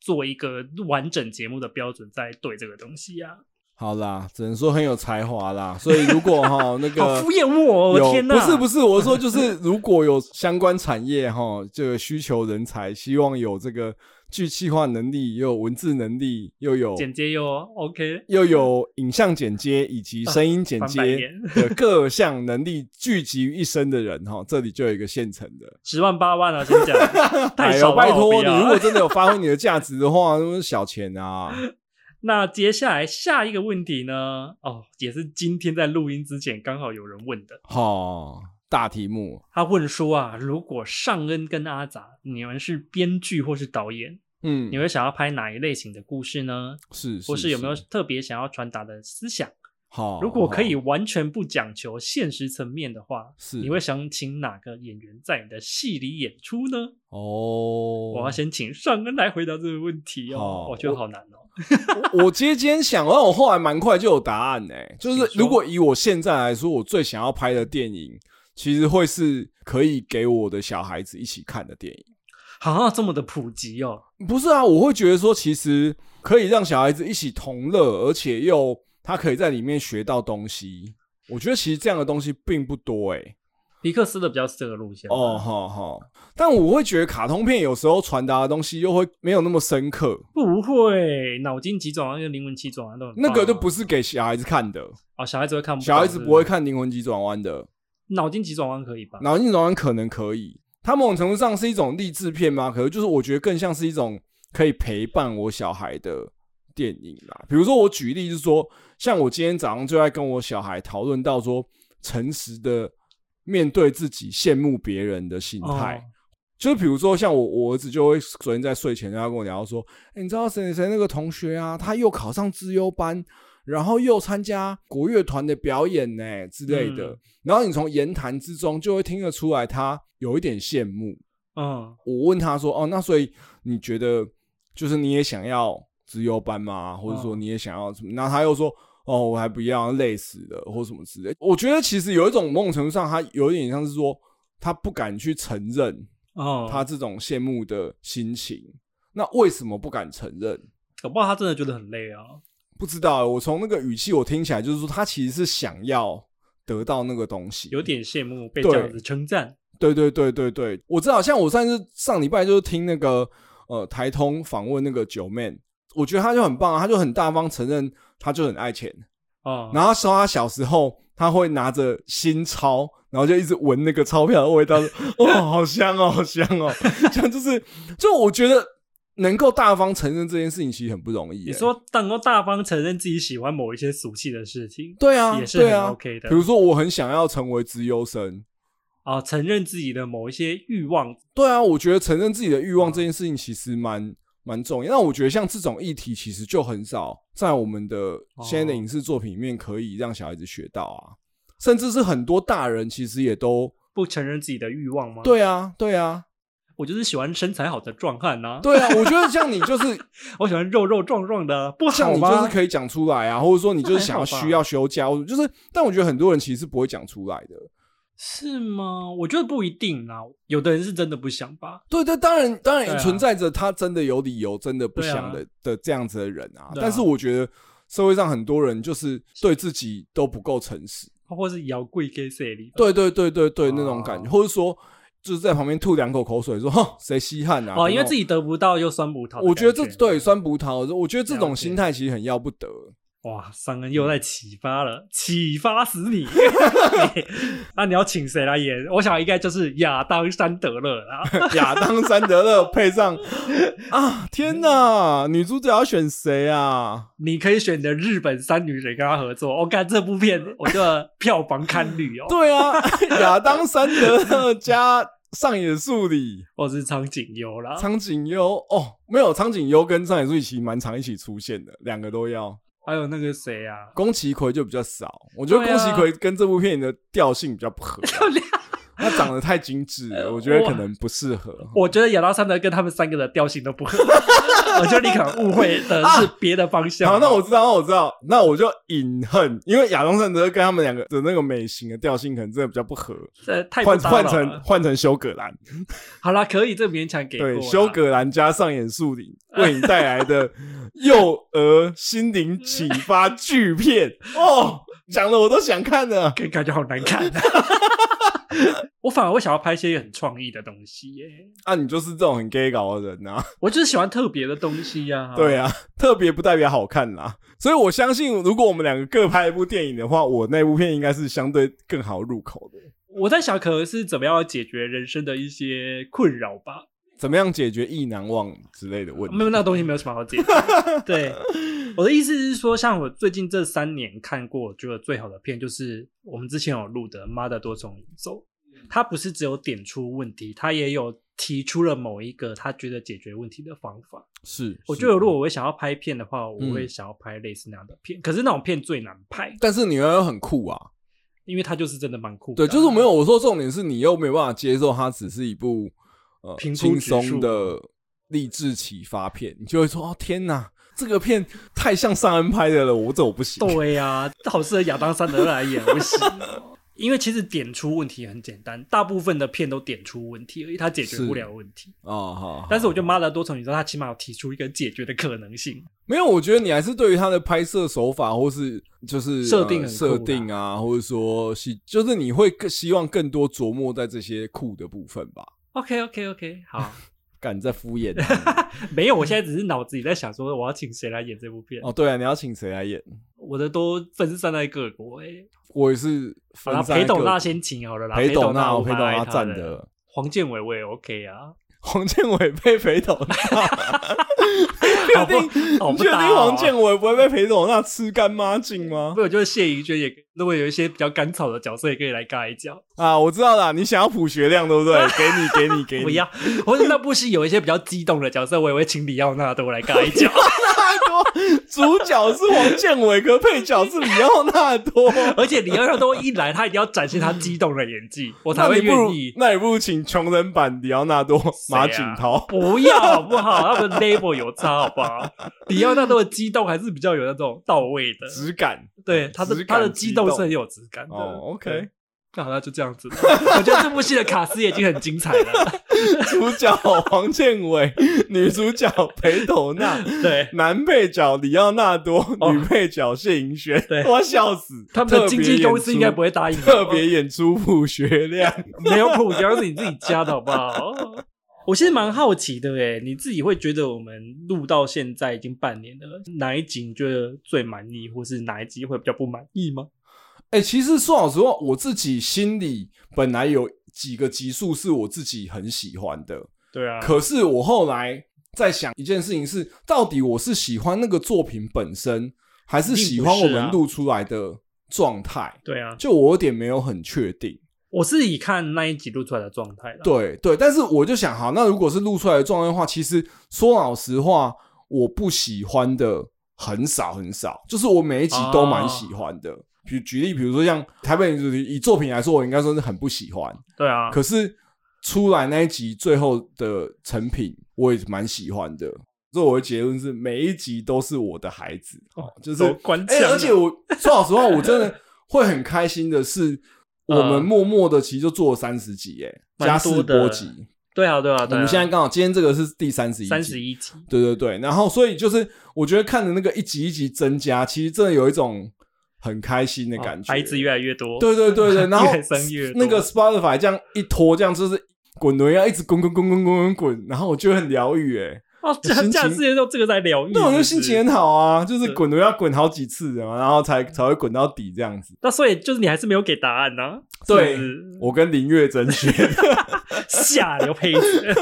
A: 做一个完整节目的标准在对这个东西啊，
B: 好啦，只能说很有才华啦，所以如果 哈那
A: 好
B: 个
A: 敷。衍我哦，
B: 有
A: 天哪！
B: 不是不是，我是说就是，如果有相关产业哈，这个需求人才，希望有这个具气化能力，又有文字能力，又有
A: 剪接又 OK，
B: 又有影像剪接以及声音剪
A: 啊翻白
B: 接
A: 眼
B: 的各项能力聚集于一身的人哈，这里就有一个现成的。
A: 十万八万啊，先讲太
B: 哎
A: 少了，
B: 呦，拜
A: 我
B: 托
A: 不要
B: 你，如果真的有发挥你的价值的话， 那是小钱啊。
A: 那接下来下一个问题呢？哦，也是今天在录音之前刚好有人问的。
B: 好，大题目，
A: 他问说啊，如果尚恩跟阿杂，你们是编剧或是导演，
B: 嗯
A: 你，会想要拍哪一类型的故事呢？
B: 是哦
A: 或是有没有特别想要传达的思想？
B: 好？
A: 如果可以
B: 好，
A: 完全不讲求现实层面的话，
B: 哦是
A: 你会想请哪个演员在你的戏里演出呢？
B: 哦，
A: 我要先请尚恩来回答这个问题哦
B: 好，
A: 我觉得
B: 我
A: 好难哦。
B: 我其实今天想，然后我后来蛮快就有答案呢、就是
A: 请说
B: 如果以我现在来说，我最想要拍的电影，其实会是可以给我的小孩子一起看的电影。
A: 啊，这么的普及哦，
B: 不是啊，我会觉得说，其实可以让小孩子一起同乐，而且又他可以在里面学到东西。我觉得其实这样的东西并不多哎、
A: 皮克斯的比较是这个路线吧
B: 哦，好好，但我会觉得卡通片有时候传达的东西又会没有那么深刻，
A: 不会，脑筋急转弯跟灵魂急转弯都很棒啊
B: 那个就不是给小孩子看的，
A: 哦，小孩子会看不懂，
B: 小孩子
A: 是
B: 不会
A: 是
B: 看《灵魂急转弯》的。
A: 脑筋急转弯可以吧？
B: 脑筋急转弯可能可以，它某种程度上是一种励志片吗？可能就是我觉得更像是一种可以陪伴我小孩的电影啦。比如说我举例是说，像我今天早上就在跟我小孩讨论到说，诚实的面对自己，羡慕别人的心态。
A: 哦
B: 就是比如说，像我我儿子就会昨天在睡前，他跟我聊到说，哎、你知道谁谁谁那个同学啊，他又考上资优班，然后又参加国乐团的表演呢、之类的。
A: 嗯
B: 然后你从言谈之中就会听得出来，他有一点羡慕。
A: 嗯，
B: 我问他说：“哦，那所以你觉得，就是你也想要资优班吗？或者说你也想要什么？”然后他又说：“哦，我还不要，累死了，或什么之类。”我觉得其实有一种某种程度上，他有一点像是说，他不敢去承认
A: 哦，
B: 他这种羡慕的心情。那为什么不敢承认？
A: 搞不好他真的觉得很累啊。
B: 不知道欸、我从那个语气我听起来就是说，他其实是想要得到那个东西，
A: 有点羡慕被这样子称赞，
B: 对对对对对，我知道，像我上次上礼拜就是听那个呃台通访问那个九妹，我觉得他就很棒、啊，他就很大方承认他就很爱钱，
A: 哦，
B: 然后说他小时候他会拿着新钞，然后就一直闻那个钞票的味道， 哦，好香哦，好香哦，这样就是就我觉得能够大方承认这件事情其实很不容易
A: 你
B: 耶、
A: 说能够大方承认自己喜欢某一些俗气的事情，
B: 对啊，
A: 也是
B: 对
A: 很
B: 啊
A: OK 的
B: 比。如说我很想要成为资优生，
A: 啊、承认自己的某一些欲望，
B: 对啊，我觉得承认自己的欲
A: 嗯
B: 望这件事情其实蛮蛮重要。那我觉得像这种议题，其实就很少在我们的
A: 哦
B: 现在的影视作品里面可以让小孩子学到啊，甚至是很多大人其实也都
A: 不承认自己的欲望吗？，
B: 对啊，对啊，
A: 我就是喜欢身材好的壮汉呐、
B: 对啊。我觉得像你就是
A: 我喜欢肉肉壮壮的，不
B: 像
A: 好
B: 你
A: 吗？
B: 就是可以讲出来啊，或者说你就是想要
A: 那还好吧
B: 需要休假，或者就是，但我觉得很多人其实是不会讲出来的。
A: 是吗？我觉得不一定啦，有的人是真的不想吧。
B: 对对，当然当然
A: 对
B: 也
A: 啊
B: 存在着他真的有理由、真的不
A: 对啊
B: 想的、的这样子的人啊。
A: 对啊
B: 但是我觉得社会上很多人就是对自己都不够诚实，
A: 或是摇柜给谁里？
B: 对对对对对，那种
A: 哦
B: 感觉，或者说就是在旁边吐两口口水，说哼谁稀罕啊？
A: 哦，因为
B: 这种
A: 自己得不到又酸葡萄的感。
B: 我觉得这对酸葡萄，我觉得这种
A: 了解
B: 心态其实很要不得。
A: 哇，三恩
B: 嗯
A: 又在启发了，启发死你！ 那你要请谁来演？我想应该就是亚当·山德勒 啦。
B: 亚当·山德勒配上啊，天哪！女主角要选谁啊？
A: 你可以选择日本三女人跟他合作。我、看这部 片，我的票房堪虑哦。
B: 对啊，亚当·山德勒加上野树里、
A: 我是苍井优啦。
B: 苍井优哦，没有苍井优跟上野树里其实蛮常一起出现的，两个都要。
A: 还有那个谁啊？
B: 宫崎葵就比较少，我觉得
A: 对
B: 宫
A: 啊
B: 崎葵跟这部片的调性比 较不合，他长得太精致了，我觉得可能不适合。
A: 我觉得亚当·山德跟他们三个的调性都不合。 我觉得你可能误会的是别的方向。
B: 啊好，那我知道，那我知道，那我就隐恨，因为亚当·山德勒跟他们两个的那个美型的调性可能真的比较不合，
A: 呃太不
B: 换
A: 搭
B: 换
A: 了
B: 成换成修格兰。
A: 好啦，可以，这勉强给过啦
B: 对，修格兰加上演 树林为你带来的幼儿心灵启发巨 片哦，讲的我都想看了。
A: 感感觉好难看。 我反而会想要拍一些很创意的东西耶、
B: 啊，你就是这种很 gay 搞的人啊，
A: 我就是喜欢特别的东西呀、
B: 对
A: 啊，
B: 啊，特别不代表好看啦。所以我相信，如果我们两个各拍一部电影的话，我那部片应该是相对更好入口的。
A: 我在想可能是怎么样解决人生的一些困扰吧。
B: 怎么样解决意难忘之类的问题？
A: 没有那东西没有什么好 解决。对，我的意思是说，像我最近这三年看过，我觉得最好的片就是我们之前有录的《妈的多重宇宙》，
B: 嗯
A: 它不是只有点出问题，它也有提出了某一个他觉得解决问题的方法。
B: 是，
A: 我
B: 是
A: 觉得如果我想要拍片的话，我
B: 嗯
A: 会想要拍类似那样的片，可是那种片最难拍，
B: 但是你又很酷啊，
A: 因为它就是真的蛮酷的
B: 对，
A: 啊。
B: 就是没有我说重点是你又没有办法接受它只是一部呃
A: 平铺
B: 轻
A: 直
B: 松
A: 述
B: 的励志启发片，你就会说哦天哪，这个片太像上恩拍的了，我这我不行。
A: 对呀、这好适合亚当·山德勒来演，不行。 因为其实点出问题很简单，大部分的片都点出问题而已，它解决
B: 是
A: 不了问题。
B: 哦，好，
A: 但是我
B: 就
A: 觉得《妈的多重宇宙》它起码有提出一个解决的可能 性。
B: 没有，我觉得你还是对于它的拍摄手法或是就是
A: 设定
B: 呃
A: 很酷
B: 设
A: 啦
B: 定啊，或者说是就是你会更希望更多琢磨在这些酷的部分吧。
A: OK OK OK，好，
B: 敢在敷衍啊
A: 没有，我现在只是脑子里在想说我要请谁来演这部片，
B: 哦？对啊，你要请谁来演？
A: 我的都分散在各国哎、欸。
B: 我也是
A: 好
B: 分
A: 啦，
B: 散
A: 裴斗
B: 各
A: 娜
B: 国
A: 先请好了啦，
B: 裴斗
A: 斗
B: 娜，
A: 娜，
B: 裴斗
A: 娜
B: 娜站
A: 的，
B: 的。
A: 黄建伟我也 OK 啊。
B: 黄建伟被裴斗娜，
A: 好
B: 确
A: 不
B: 定
A: 好
B: 你
A: 不
B: 确定
A: 搭哦
B: 黄建伟不会被裴斗娜吃干抹净吗
A: 不？我觉得谢怡娟也，如果有一些比较甘草的角色，也可以来尬一脚。
B: 啊，我知道啦，你想要普学亮对 不对？给你，给你，给你，
A: 不要，或者那部戏有一些比较激动的角色，我也会请李奥纳多来尬一 脚。
B: 太多。主角是黄建伟，可配角是里奥纳多。
A: 而且李奥纳多一来，他一定要展现他激动的演 技， 我才
B: 那
A: 会
B: 你不
A: 愿
B: 如
A: 意，。啊
B: 那你不如请穷人版里奥纳多、马景涛。
A: 不要好不好？他们 label 有差好不好？ 李奥纳多的激动还是比较有那种到位的，
B: 质感
A: 呃对他的
B: 质
A: 他
B: 感
A: 的
B: 激
A: 激动
B: 动
A: 是很 有质感的。
B: 哦，OK
A: 对。那好，那就这样子 吧。我觉得这部戏的卡斯已经很精彩了。
B: 主角黄建伟，女主角裴斗娜，
A: 对，
B: 男配角里奥纳多，
A: 哦
B: 女配角谢盈萱，
A: 对
B: 我要笑死。
A: 他们的经纪公司应该不
B: 会
A: 会答应我。
B: 特别演出普学亮。
A: 没有谱，主要是你自己加的好不好？我其实蛮好奇的诶，你自己会觉得我们录到现在已经半年了，哪一集你觉得最满意，或是哪一集会比较不满意吗？
B: 哎、其实说老实话，我自己心里本来有几个集数是我自己很喜欢的，
A: 对啊，
B: 可是我后来在想一件事情是，到底我是喜欢那个作品本身，还是喜欢我
A: 一定不是啊
B: 们录出来的状态？
A: 对啊，
B: 就我有点没有很确定。
A: 我是以看那一集录出来的状态啦。
B: 对对，但是我就想，好，那如果是录出来的状态的话，其实说老实话，我不喜欢的很少很少，就是我每一集都蛮喜欢的。比举例，比如说像台北女主题，以作品来说，我应该说是很不喜欢。
A: 对啊，
B: 可是出来那一集最后的成品，我也蛮喜欢的。所以我的结论是，每一集都是我的孩子，哦、就是
A: 多官
B: 哎、
A: 腔啊
B: 而且我说老实话，我真的会很开心的是，我们默默的其实就做了三十集、哎、
A: 嗯蛮
B: 加
A: 多
B: 四
A: 的
B: 波集。
A: 对啊，对啊，
B: 我
A: 对啊，
B: 们现在刚好今天这个是第三十一，
A: 三十，一集，
B: 对对对。然后所以就是，我觉得看着那个一集一集增加，其实真的有一种很开心的感
A: 哦
B: 觉，
A: 孩子越来越多，
B: 对对 对对，然后
A: 越生越多
B: 那个 Spotify 这样一拖，这样就是滚轮要一直滚滚滚滚滚滚滚，然后我觉得很疗愈哎，
A: 哦，这
B: 心情
A: 这之前都这个在疗愈，
B: 那我觉得
A: 是
B: 心
A: 不是
B: 情很好啊，就是
A: 对
B: 滚轮要滚好几次的嘛，然后才才会滚到底这样子。
A: 那所以就是你还是没有给答案呢、
B: 对
A: 是不
B: 我跟林 月珍学，
A: 是下流胚 子，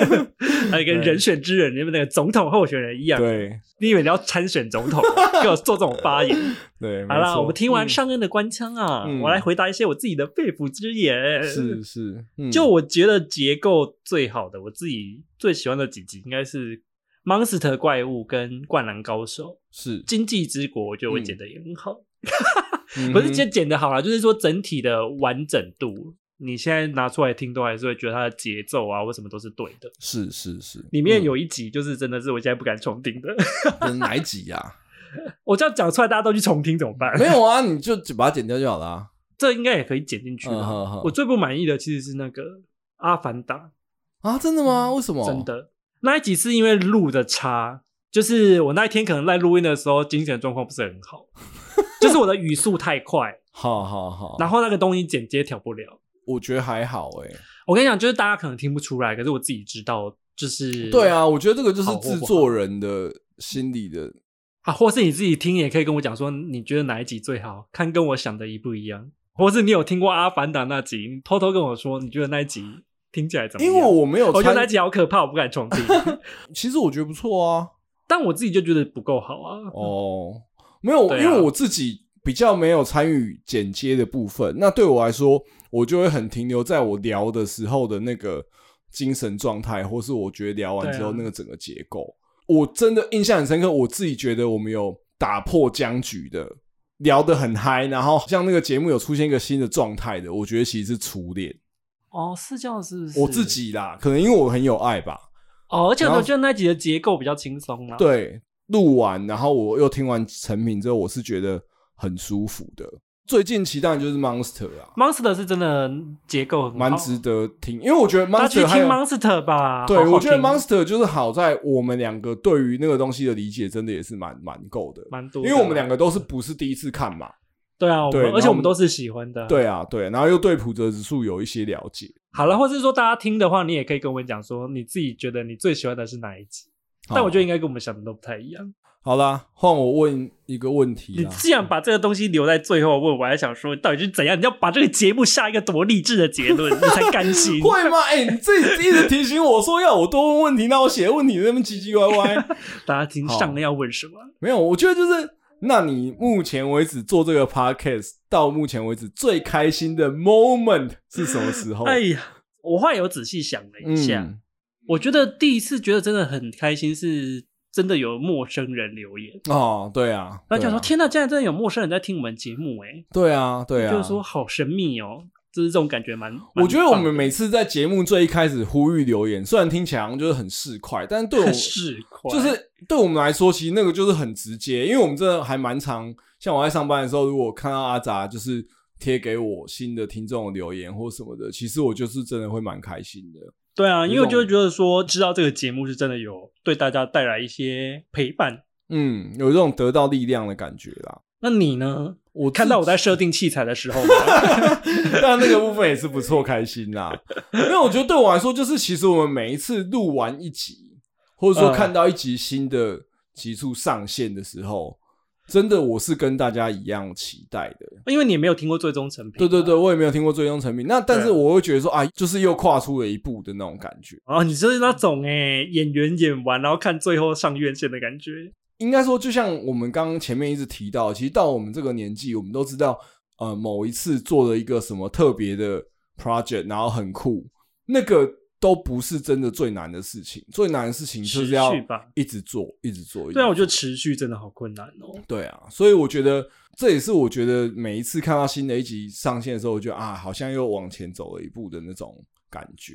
A: 还有跟
B: 对
A: 人选之人，你们那个总统候选人一样，
B: 对
A: 你以为你要参选总 统，给我做这种发言？
B: 对，
A: 好
B: 没
A: 啦，
B: 错
A: 我们听完上恩的官腔啊，
B: 嗯
A: 我来回答一些我自己的肺腑之言。
B: 是，是，嗯
A: 呃就我觉得结构最好的，我自己最喜欢的几集应该是《Monster 怪物》跟《灌篮高手》《
B: 是，
A: 经济之国》，我觉得我剪的也很好。
B: 嗯
A: 不是
B: 哼
A: 就剪的好啦，就是说整体的完整度，你现在拿出来听，都还是会觉得它的节奏啊，或什么都是对的。
B: 是是是，
A: 里面
B: 嗯
A: 有一集就是真的是我现在不敢重听的，
B: 嗯哪一集呀？
A: 我这样讲出来大家都去重听怎么办？
B: 没，有啊，你就把它剪掉就好了啊。
A: 这应该也可以剪进 去
B: 嗯
A: 吧。
B: 好好
A: 我最不满意的其实是那个《阿凡达
B: 啊，真的吗？为什么？》，
A: 嗯真的那一集是因为录的差，就是我那一天可能在录音的时候精神状况不是很 好，就是我的语速太快，
B: 好好好，
A: 然后那个东西剪接调不了。
B: 我觉得还好哎、
A: 我跟你讲，就是大家可能听不出来，可是我自己知道，就是
B: 对啊，我觉得这个就是
A: 好或不
B: 制
A: 好
B: 作人的心理的，
A: 啊，或是你自己听也可以跟我讲说，你觉得哪一集最好看，跟我想的一不一样，或是你有听过《阿凡达》那集，你偷偷跟我说，你觉得那一集听起来怎么
B: 因
A: 样？
B: 为我没有
A: 我觉得那
B: 参
A: 一，集好可怕，我不敢重 听，
B: 其实我觉得不错啊。
A: 但我自己就觉得不够好 啊。
B: 哦，没有，
A: 对啊
B: 因为我自己比较没有参与剪接的部分，那对我来说，我就会很停留在我聊的时候的那个精神状态，或是我觉得聊完之
A: 对
B: 后
A: 啊
B: 那个整个结构。我真的印象很深刻，我自己觉得我们有打破僵局的，聊得很嗨，然后像那个节目有出现一个新的状态的，我觉得其实是初恋，
A: 哦，是这样，是不是？
B: 我自己啦，可能因为我很有爱吧，
A: 哦，而且
B: 然后
A: 我觉得那集的结构比较轻松啊啦。，
B: 对，录完然后我又听完成品之后，我是觉得很舒服的。最近期当然就是 Monster 啊，
A: 《Monster》是真的结构很好
B: 蛮值得听，因为我觉得
A: 大家去
B: Monster 还
A: 听《
B: 有
A: Monster》吧。
B: 对
A: 好好
B: 我觉得
A: 听
B: Monster 就是好在我们两个对于那个东西的理解真的也是蛮蛮够的，
A: 蛮多
B: 因
A: 的啦，嗯
B: 为我们两个都是不是第一次看嘛，
A: 对啊，我
B: 对
A: 们
B: 然后
A: 而且我们都是喜欢的。，
B: 对啊对，然后又对普泽指数有一些了解，
A: 好了，或是说大家听的话，你也可以跟我们讲说你自己觉得你最喜欢的是哪一集。但我觉得
B: 得
A: 应该跟我们想的都不太一样。
B: 好啦，换我问一个问题
A: 你
B: 啦，
A: 既然把这个东西留在最后问，我还想说到底是怎样？你要把这个节目下一个多励志的结论，你才甘心？
B: 会吗？哎、你自己一直提醒我说要我多问问题，那我写问题在那边唧唧歪歪。
A: 大家听上面要问什么？
B: 没有，我觉得就是，那你目前为止做这个 podcast 到目前为止最开心的 moment 是什么时候？
A: 哎呀，我后来有仔细想了一下，
B: 嗯，
A: 我觉得第一次觉得真的很开心，是真的有陌生人留言。
B: 哦，对啊，
A: 然后想说：“
B: 对啊
A: 天呐，竟然真的有陌生人在听我们节目、欸！”
B: 对啊，对啊，
A: 就是说好神秘哦，就是这种感觉蛮。蛮
B: 我觉得我
A: 棒
B: 们每次在节目最一开始呼吁留言，虽然听起来好像就是很市侩，但对我
A: 的
B: 们
A: 是快，
B: 就是对我们来说，其实那个就是很直接，因为我们真的还蛮常，像我在上班的时候，如果看到阿杂就是贴给我新的听众留言或什么的，其实我就是真的会蛮开心的。
A: 对啊，因为我就
B: 有
A: 会
B: 一
A: 觉得说，知道这个节目是真的有对大家带来一些陪伴。
B: 嗯，有这种得到力量的感觉啦。
A: 那你呢？
B: 我
A: 看到我在设定器材的时候 吗，
B: 但那个部分也是不错，开心啦。因为我觉得对我来说，就是其实我们每一次录完一集，或者说
A: 嗯
B: 看到一集新的集数上线的时候，真的我是跟大家一样期待的。
A: 因为你也没有听过最终成品。
B: 对对对，我也没有听过最终成品，那但是
A: 对啊
B: 我会觉得说啊，就是又跨出了一步的那种感觉。
A: 哦，你就是那种哎、演员演完然后看最后上院线的感觉。
B: 应该说，就像我们刚刚前面一直提到，其实到我们这个年纪，我们都知道，呃，某一次做了一个什么特别的 project，然后很酷，那个都不是真的最难的事情，最难的事情就是要
A: 持续吧
B: 一直做，一直做。一直
A: 对啊，我觉得
B: 做
A: 持续真的好困难哦。
B: 对啊，所以我觉得这也是我觉得每一次看到新的一集上线的时候，我觉得啊，好像又往前走了一步的那种感觉。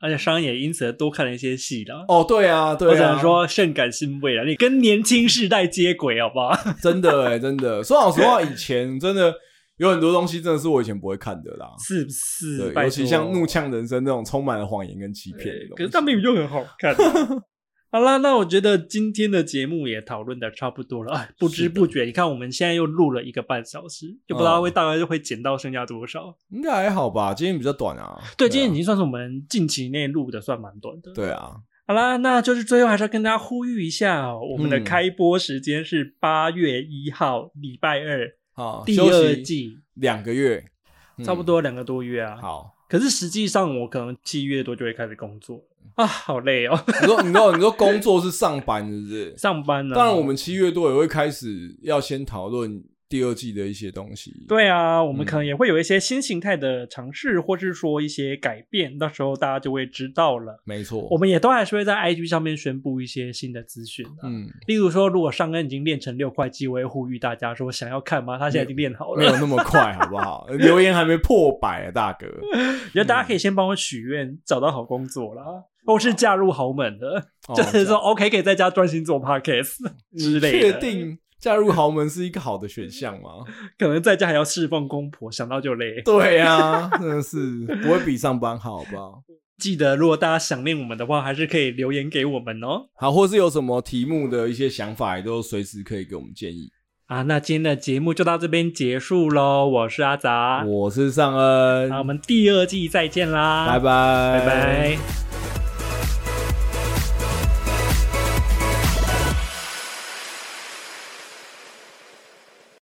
A: 而且商也因此而多看了一些戏啦。
B: 哦，对啊，对啊，
A: 我只能说甚感欣慰啊了，你跟年轻世代接轨好不好？
B: 真的哎、真的。说老实话，以前真的有很多东西真的是我以前不会看的啦。
A: 是不是？
B: 对，
A: 拜
B: 尤其
A: 托
B: 像《怒呛人生》那种充满了谎言跟欺骗的
A: 对
B: 东
A: 可
B: 西
A: 是他明明就很好 看啊、好啦，那我觉得今天的节目也讨论的差不多了。哎，不知
B: 是的
A: 不觉，你看我们现在又录了一个半小时，就不知道会大概就会剪到剩下多少。
B: 应该还好吧？今天比较短啊。
A: 对，
B: 啊
A: 今天已经算是我们近期内录的，算蛮短的。
B: 对啊，
A: 好啦，那就是最后还是要跟大家呼吁一下、哦，我们的
B: 嗯
A: 开播时间是八月一号，礼拜二，
B: 好，
A: 第
B: 哦休
A: 二
B: 息
A: 季
B: 两个月，嗯
A: 差不多两个多月啊。，
B: 好。
A: 可是实际上我可能七月多就会开始工作啊，好累哦，
B: 你说，你说，你说，工作是上班是不是？
A: 上班呢。
B: 当然，我们七月多也会开始要先讨论第二季的一些东西。，
A: 对啊，我们可能
B: 嗯
A: 也会有一些新形态的尝试，或是说一些改变，到时候大家就会知道了。
B: 没错。
A: 我们也都还是会在 IG 上面宣布一些新的资讯、啊，
B: 嗯，
A: 例如说，如果上恩已经练成六块肌，我会呼吁大家说想要看吗？他现在已经练好
B: 没有
A: 了，
B: 那么快，好不好？ 留言还没破百啊，大哥。
A: 我觉得
B: 嗯
A: 大家可以先帮我许愿，找到好工作啦，或是嫁入豪门的，
B: 哦嗯
A: 就是说 OK 可以在家专心做 podcast 之类
B: 确
A: 的，
B: 定嫁入豪门是一个好的选项吗？
A: 可能在家还要侍奉公婆，想到就累。
B: 对呀、真的是不会比上班好，好不 好？
A: 记得如果大家想念我们的话，还是可以留言给我们哦。
B: 好，或是有什么题目的一些想法，也都随时可以给我们建议。
A: 啊，那今天的节目就到这边结束喽。我是阿杂，
B: 我是尚恩
A: 那，我们第二季再见啦，
B: 拜拜，
A: 拜拜